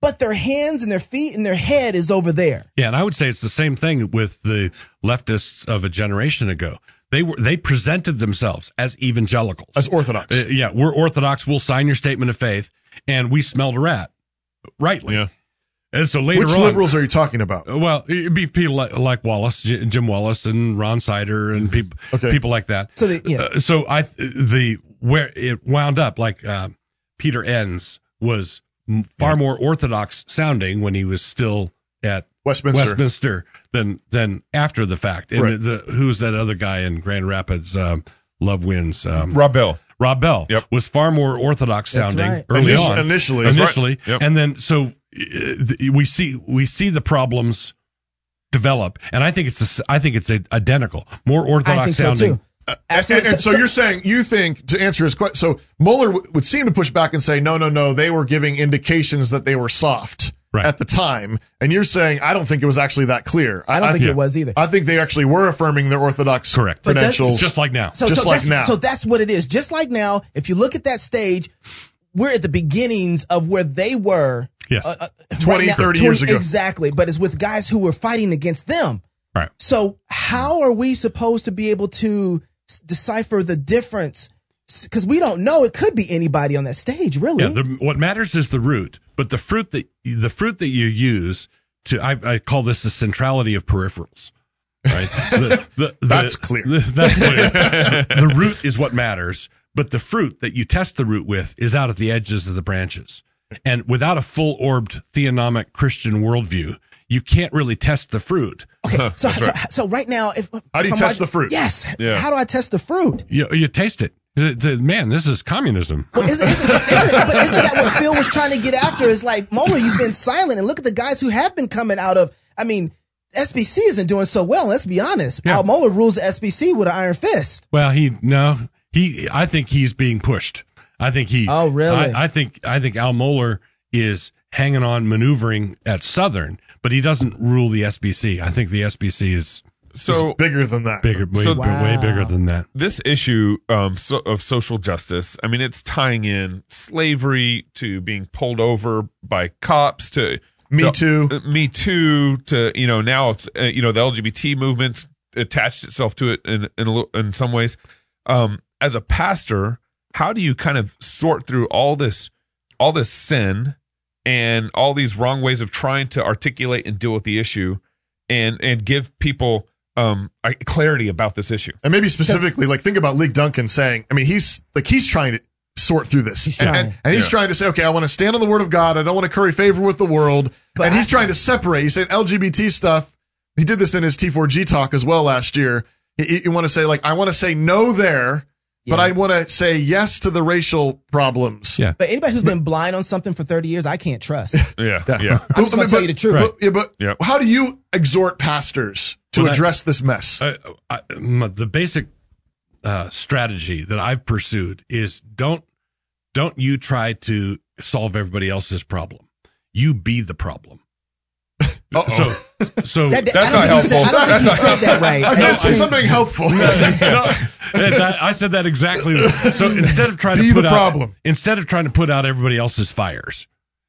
D: but their hands and their feet and their head is over there.
F: Yeah, and I would say it's the same thing with the leftists of a generation ago. They were they presented themselves as evangelicals, Uh,
A: as orthodox.
F: yeah, we're orthodox. We'll sign your statement of faith, and we smelled a rat, rightly. Yeah. And so later
A: Which
F: on,
A: liberals are you talking about?
F: Uh, Well, it'd be people like, like Wallace, J- Jim Wallace, and Ron Sider,
E: Mm-hmm.
F: and people people like that.
D: So they, yeah.
F: Uh, so I the where it wound up like uh, Peter Enns was m- far more orthodox sounding when he was still at
A: Westminster.
F: Westminster than than after the fact. And
E: Right.
F: the, who's that other guy in Grand Rapids? Um, Love wins. Um,
E: Rob Bell.
F: Rob Bell was far more orthodox
E: That's
F: sounding
E: right.
F: early
E: Initi-
F: on.
E: initially. That's right.
F: initially,
E: Yep.
F: and then so uh, th- we see we see the problems develop, and I think it's the s- I think it's i- identical, more orthodox sounding.
A: Uh, and, and- and so, you're saying you think to answer his question. So Mueller w- would seem to push back and say, no, no, no. They were giving indications that they were soft at the time, and you're saying I don't think it was actually that clear.
D: I don't think it was either.
A: I think they actually were affirming their orthodox correct
D: But that's- So,
A: credentials, just
D: so
A: like
D: that's,
A: now.
D: So that's what it is. Just like now, if you look at that stage, we're at the beginnings of where they were. uh,
F: Yes.
A: 20, 30 years ago.
D: Exactly. But it's with guys who were fighting against them.
F: Right.
D: So how are we supposed to be able to s- decipher the difference? Because we don't know. It could be anybody on that stage, really.
F: Yeah, the, what matters is the root, but the fruit that the fruit that you use to I, I call this the centrality of peripherals. Right, The- the- the-
A: That's clear.
F: the- that's clear. the root is what matters, but the fruit that you test the root with is out at the edges of the branches. And without a full orbed theonomic Christian worldview, you can't really test the fruit. [laughs] Okay,
D: so, so, so right now, if
F: How do you
D: if I'm
F: test the fruit?
D: Yes.
F: Yeah.
D: How do I test the fruit?
F: you, you taste it. The- the- Man, this is communism.
D: but isn't that what Phil was trying to get after? Is like Moeller, you've been silent, and look at the guys who have been coming out of. I mean, SBC isn't doing so well. Let's be honest. Al Moeller rules the SBC with an iron fist.
F: Well, he no, he. I think he's being pushed. I think he. Oh,
D: really?
F: I, I think I think Al Mohler is hanging on, maneuvering at Southern, but he doesn't rule the SBC. I think the SBC is
E: So-
F: is
A: bigger than that.
F: Bigger, way,
E: So-
F: way bigger than that.
E: This issue um, so, of social justice, I mean, it's tying in slavery to being pulled over by cops to
A: Me
E: the-
A: Too.
E: uh, Me Too to you know now it's uh, you know the LGBT movement attached itself to it in in, a little, in some ways. Um, as a pastor, how do you kind of sort through all this all this sin and all these wrong ways of trying to articulate and deal with the issue and and give people um I- clarity about this issue?
A: And maybe specifically, like think about Lee Duncan saying, I mean, he's like he's trying to sort through this. He's
E: trying.
A: And, and he's
E: Yeah.
A: trying to say, okay, I want to stand on the word of God. I don't want to curry favor with the world. and he's trying to separate. He said LGBT stuff. He did this in his T4G talk as well last year. He- he- You want to say, like, I want to say no there, but I want to say yes to the racial problems.
F: Yeah.
D: But anybody who's been blind on something for thirty years, I can't
A: [laughs]
D: trust.
E: Yeah.
A: Yeah.
D: I'm just gonna tell you the truth.
A: But, yeah, but
E: Yep.
A: how do you exhort pastors to
F: Well, that-
A: address this mess?
F: I, I, m- the basic uh, strategy that I've pursued is don't don't you try to solve everybody else's problem. You be the problem.
A: [laughs] Uh-oh.
F: So, so
A: That- that- I That's don't not think he said- I don't helpful. think he That's not- said that right. [laughs] I said That's not- something [laughs] helpful.
F: No, no, no. That- I said that exactly.
A: [laughs]
F: So instead of trying
A: Be
F: to
A: the
F: put out,
A: problem.
F: instead of trying to put out everybody else's fires,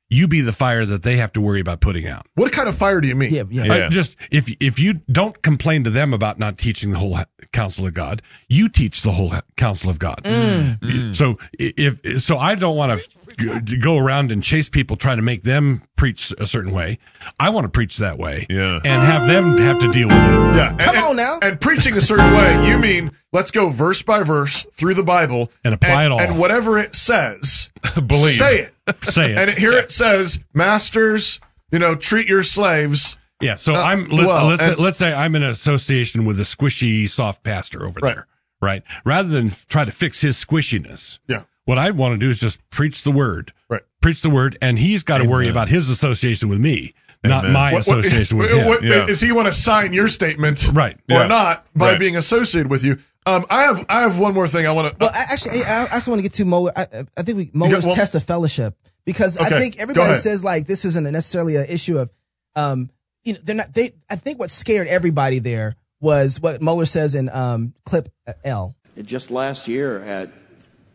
F: you be the fire that they have to worry about putting out.
A: What kind of fire do you mean?
F: I just if if you don't complain to them about not teaching the whole counsel of God, you teach the whole counsel of God.
A: Mm.
F: So i- if so, I don't want to go around and chase people trying to make them preach a certain way. I want to preach that way, yeah, and have them have to deal with it.
A: Yeah. Come
D: on now.
A: And preaching a certain way, you mean let's go verse by verse through the Bible
F: And
A: and,
F: apply it all.
A: And whatever it says,
F: [laughs] Believe.
A: Say it.
F: Say it.
A: And here it says, masters, you know, treat your slaves.
F: Yeah. So
A: Uh,
F: I'm let,
A: well,
F: us
A: and-
F: let's say I'm in an association with a squishy soft pastor over there, right? Rather than f- try to fix his squishiness,
A: Yeah.
F: what I want to do is just preach the word,
A: right?
F: Preach the word, and he's got to worry about his association with me, not
E: Amen.
F: my
A: What- what- [laughs]
F: association with
A: what-
F: him.
A: what- Is he want to sign your statement,
F: Right.
A: or
F: Yeah.
A: not by
F: Right.
A: being associated with you? Um, I have I have one more thing I want to.
D: Well, I, actually, I, I also want to get to Moeller. I, I think we Moeller's
A: one-
D: test of fellowship because
A: Okay,
D: I think
A: go
D: everybody
A: ahead.
D: says like this isn't necessarily an issue of, um, you know, they're not. They I think what scared everybody there was what Moeller says in um clip uh, L.
G: Just last year at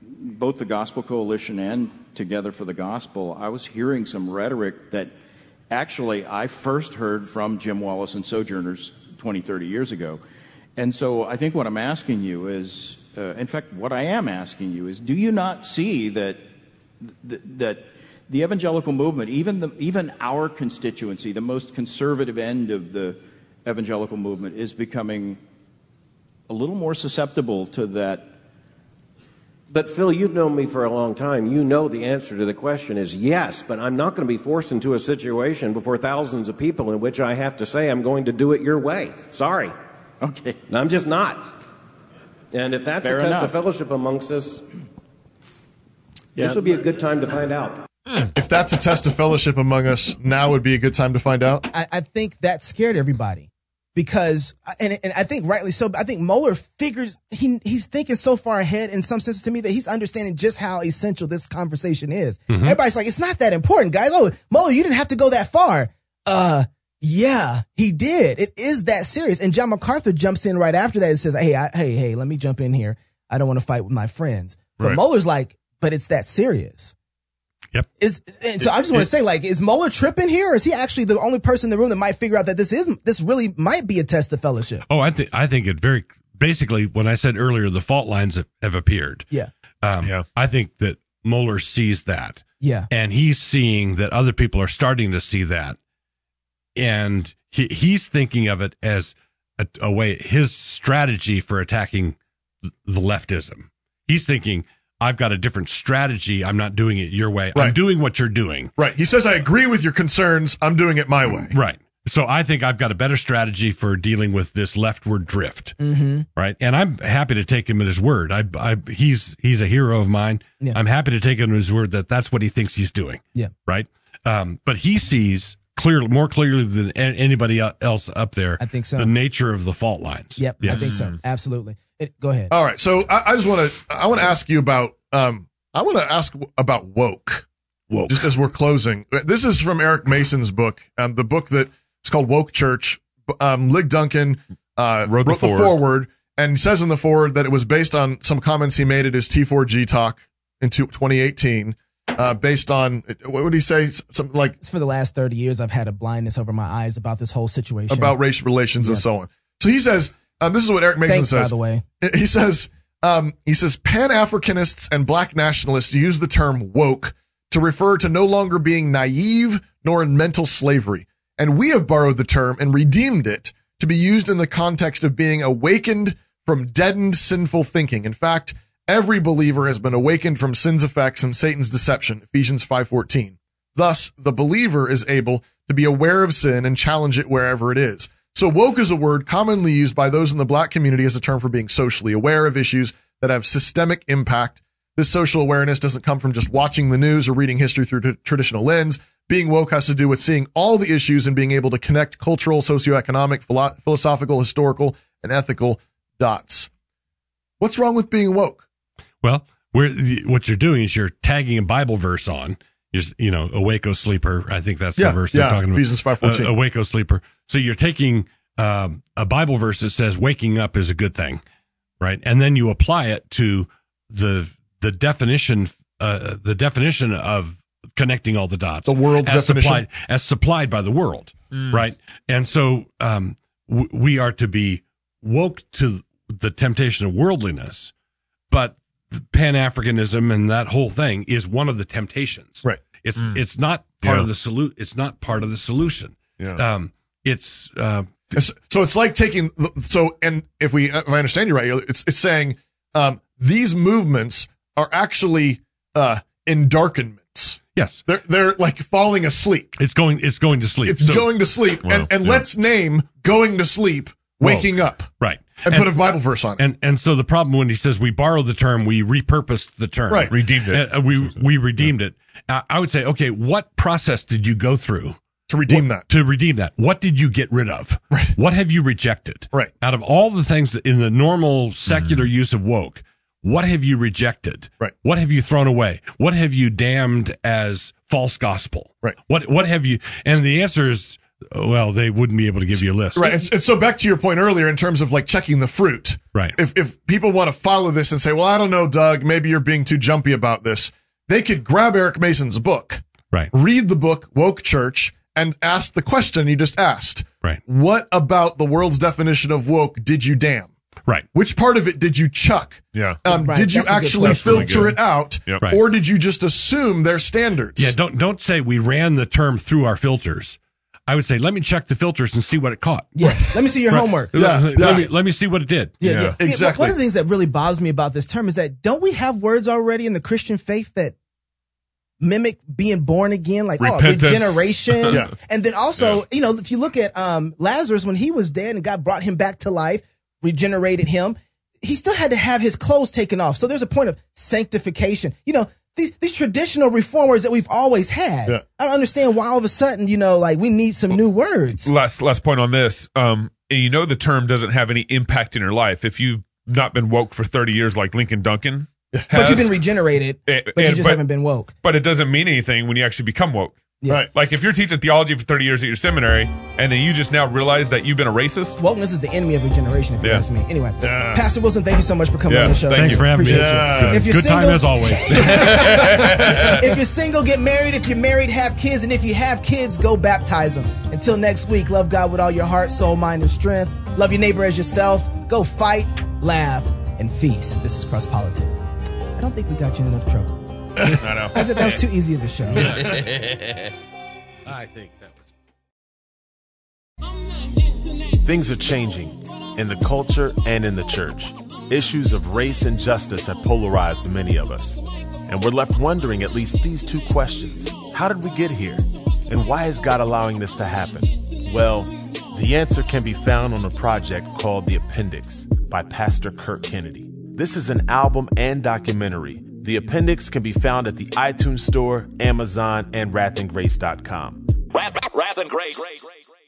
G: both the Gospel Coalition and Together for the Gospel, I was hearing some rhetoric that actually I first heard from Jim Wallace and Sojourners 20, 30 years ago. And so I think what I'm asking you is, uh, in fact, what I am asking you is, do you not see that th- that the evangelical movement, even the even our constituency, the most conservative end of the evangelical movement, is becoming a little more susceptible to that
H: But Phil, you've known me for a long time. You know the answer to the question is yes, but I'm not going to be forced into a situation before thousands of people in which I have to say I'm going to do it your way. Sorry.
G: Okay.
H: I'm just not. And if that's
G: Fair
H: a test
G: enough.
H: of fellowship amongst us,
A: Yeah.
H: this will be a good time to find out.
A: If that's a test of fellowship among us, now would be a good time to find out.
D: I, I think that scared everybody because, and, and I think rightly so. but I think Mueller figures he he's thinking so far ahead in some sense to me that he's understanding just how essential this conversation is.
N: Mhm.
D: Everybody's like, it's not that important, guys. Oh, Mueller, you didn't have to go that far. Uh, yeah, he did. It is that serious. And John MacArthur jumps in right after that and says, hey, I, hey, hey, let me jump in here. I don't want to fight with my friends. But
N: Right.
D: Mueller's like, but it's that serious.
F: Yep.
D: Is and so I just want to say, like, is Mueller tripping here, or is he actually the only person in the room that might figure out that this is this really might be a test of fellowship?
F: Oh, I think I think it very basically when I said earlier the fault lines have, have appeared.
D: Yeah.
F: Um, I think that Mueller sees that.
D: Yeah.
F: And he's seeing that other people are starting to see that. And he, he's thinking of it as a, a way, his strategy for attacking th- the leftism. He's thinking, I've got a different strategy. I'm not doing it your way. I'm
A: Right.
F: doing what you're doing.
A: Right. He says, I agree with your concerns. I'm doing it my way.
F: Right. So I think I've got a better strategy for dealing with this leftward drift.
D: Mm-hmm.
F: right? And I'm happy to take him at his word. I, I he's he's a hero of mine.
D: Yeah.
F: I'm happy to take him at his word that that's what he thinks he's doing,
D: Yeah.
F: right? Um, but he sees clearly more clearly than a- anybody el- else up there. I
D: think so.
F: The nature of the fault lines.
D: Yep. I
F: Yes.
D: think so. Absolutely. It, go ahead.
A: All right. So I, I just want to, I want to ask you about, um, I want to ask w- about woke.
F: Woke.
A: Just as we're closing, this is from Eric Mason's book, um, the book that it's called Woke Church. B- Um, Lig Duncan uh,
E: Wrote the foreword.
A: foreword and says in the forward that it was based on some comments he made at his T4G talk in two- 2018, uh, based on what would he say? S- Something like
D: It's for the last thirty years I've had a blindness over my eyes about this whole situation.
A: about racial relations and so on. So he says, uh, this is what Eric Mason
D: Thanks, by
A: says.
D: the way.
A: he says, um, he says, Pan Africanists and Black nationalists use the term woke to refer to no longer being naive nor in mental slavery, and we have borrowed the term and redeemed it to be used in the context of being awakened from deadened sinful thinking. In fact, every believer has been awakened from sin's effects and Satan's deception. Ephesians five fourteen. Thus, the believer is able to be aware of sin and challenge it wherever it is. So, woke is a word commonly used by those in the black community as a term for being socially aware of issues that have systemic impact. This social awareness doesn't come from just watching the news or reading history through t- traditional lens. Being woke has to do with seeing all the issues and being able to connect cultural, socioeconomic, philo- philosophical, historical, and ethical dots. What's wrong with being woke?
F: Well, where what you're doing is you're tagging a Bible verse on. You're, s- you know, awake, O sleeper. I think that's
A: Yeah,
F: the verse
A: yeah,
F: they're talking about.
A: Ephesians 5:14.
F: Uh, awake, O sleeper. So you're taking um, a Bible verse that says waking up is a good thing, right? And then you apply it to the the definition uh, the definition of connecting all the dots.
A: The world's
F: as
A: definition.
F: supplied, as supplied by the world,
A: Mm.
F: right? And so um, w- we are to be woke to the temptation of worldliness, but Pan Africanism and that whole thing is one of the temptations.
A: Right.
F: It's
A: Mm.
F: it's not part
A: Yeah.
F: of the salute. It's not part of the solution.
A: Yeah.
F: Um, it's uh,
A: It's- so it's like taking so and if we if I understand you right, it's it's saying um, these movements are actually uh, endarkenments.
F: Yes,
A: they're they're like falling asleep.
F: it's going it's going to sleep.
A: It's
F: So-
A: going to sleep,
F: Wow,
A: and and
F: yeah.
A: let's name going to sleep, waking up,
F: right,
A: and, put a Bible verse on it.
F: And and so the problem when he says we borrowed the term, we repurposed the term,
A: Right. Redeemed it.
F: Uh, uh, we we redeemed it. Uh, I would say, okay, what process did you go through
A: to redeem that?
F: To redeem that, what did you get rid of? Right. What have you rejected?
A: Right.
F: Out of all the things that in the normal secular
A: Mm.
F: use of woke, what have you rejected?
A: Right.
F: What have you thrown away? What have you damned as false gospel? Right. What What have you? And the answer is well, they wouldn't be able to give you a list.
A: Right. And, and so back to your point earlier in terms of like checking the fruit.
F: Right.
A: If if people want to follow this and say, well, I don't know, Doug, maybe you're being too jumpy about this, they could grab Eric Mason's book,
F: right?
A: Read the book Woke Church and ask the question you just asked.
F: Right.
A: What about the world's definition of woke did you damn?
F: Right.
A: Which part of it did you chuck?
F: Yeah.
A: Um,
F: Right,
A: did you
F: that's a good
A: actually
F: question. That's
A: filter
F: really
A: it
F: good.
A: out,
F: Yep. Right.
A: or did you just assume their standards?
F: Yeah, don't don't say we ran the term through our filters. I would say let me check the filters and see what it caught.
D: Yeah, let me see your
F: Right.
D: homework.
F: Let, let me, let me see what it did.
D: Yeah, yeah. Yeah, but One of the things that really bothers me about this term is that don't we have words already in the Christian faith that mimic being born again, like
N: Repentance.
D: oh regeneration,
N: Yeah.
D: and then also
N: Yeah.
D: you know if you look at um, Lazarus when he was dead and God brought him back to life, regenerated him, he still had to have his clothes taken off. So there's a point of sanctification. You know these these traditional reformers that we've always had.
E: Yeah.
D: I don't understand why all of a sudden you know like we need some new words.
E: Last last point on this. Um, and you know the term doesn't have any impact in your life if you've not been woke for thirty years, like Lincoln Duncan.
D: But
E: has.
D: you've been regenerated,
E: Eh,
D: but you
E: and-
D: just
E: but-
D: haven't been woke.
E: But it doesn't mean anything when you actually become woke.
D: Yeah.
A: Right.
E: Like if you're teaching theology for thirty years at your seminary, and then you just now realize that you've been a racist.
D: Wokeness is the enemy of regeneration, if you
E: Yeah.
D: ask me. Anyway,
E: Yeah.
D: Pastor Wilson, thank you so much for coming
E: Yeah,
D: on the show.
E: thank Thanks you. for having me.
D: Appreciate
E: Yeah.
D: You. If you're
E: Good time
D: single,
E: as always.
D: if you're single, get married. If you're married, have kids. And if you have kids, go baptize them. Until next week, love God with all your heart, soul, mind, and strength. Love your neighbor as yourself. Go fight, laugh, and feast. This is Cross Politic. I don't think we got you in enough trouble.
E: [laughs] I know.
D: I thought that was too easy of a show.
F: [laughs] I think that was.
O: Things are changing in the culture and in the church. Issues of race and justice have polarized many of us. And we're left wondering at least these two questions How did we get here? And why is God allowing this to happen? Well, the answer can be found on a project called The Appendix by Pastor Kirk Kennedy. This is an album and documentary. The Appendix can be found at the iTunes Store, Amazon, and wrathandgrace.com.
P: Wrath, wrath and grace.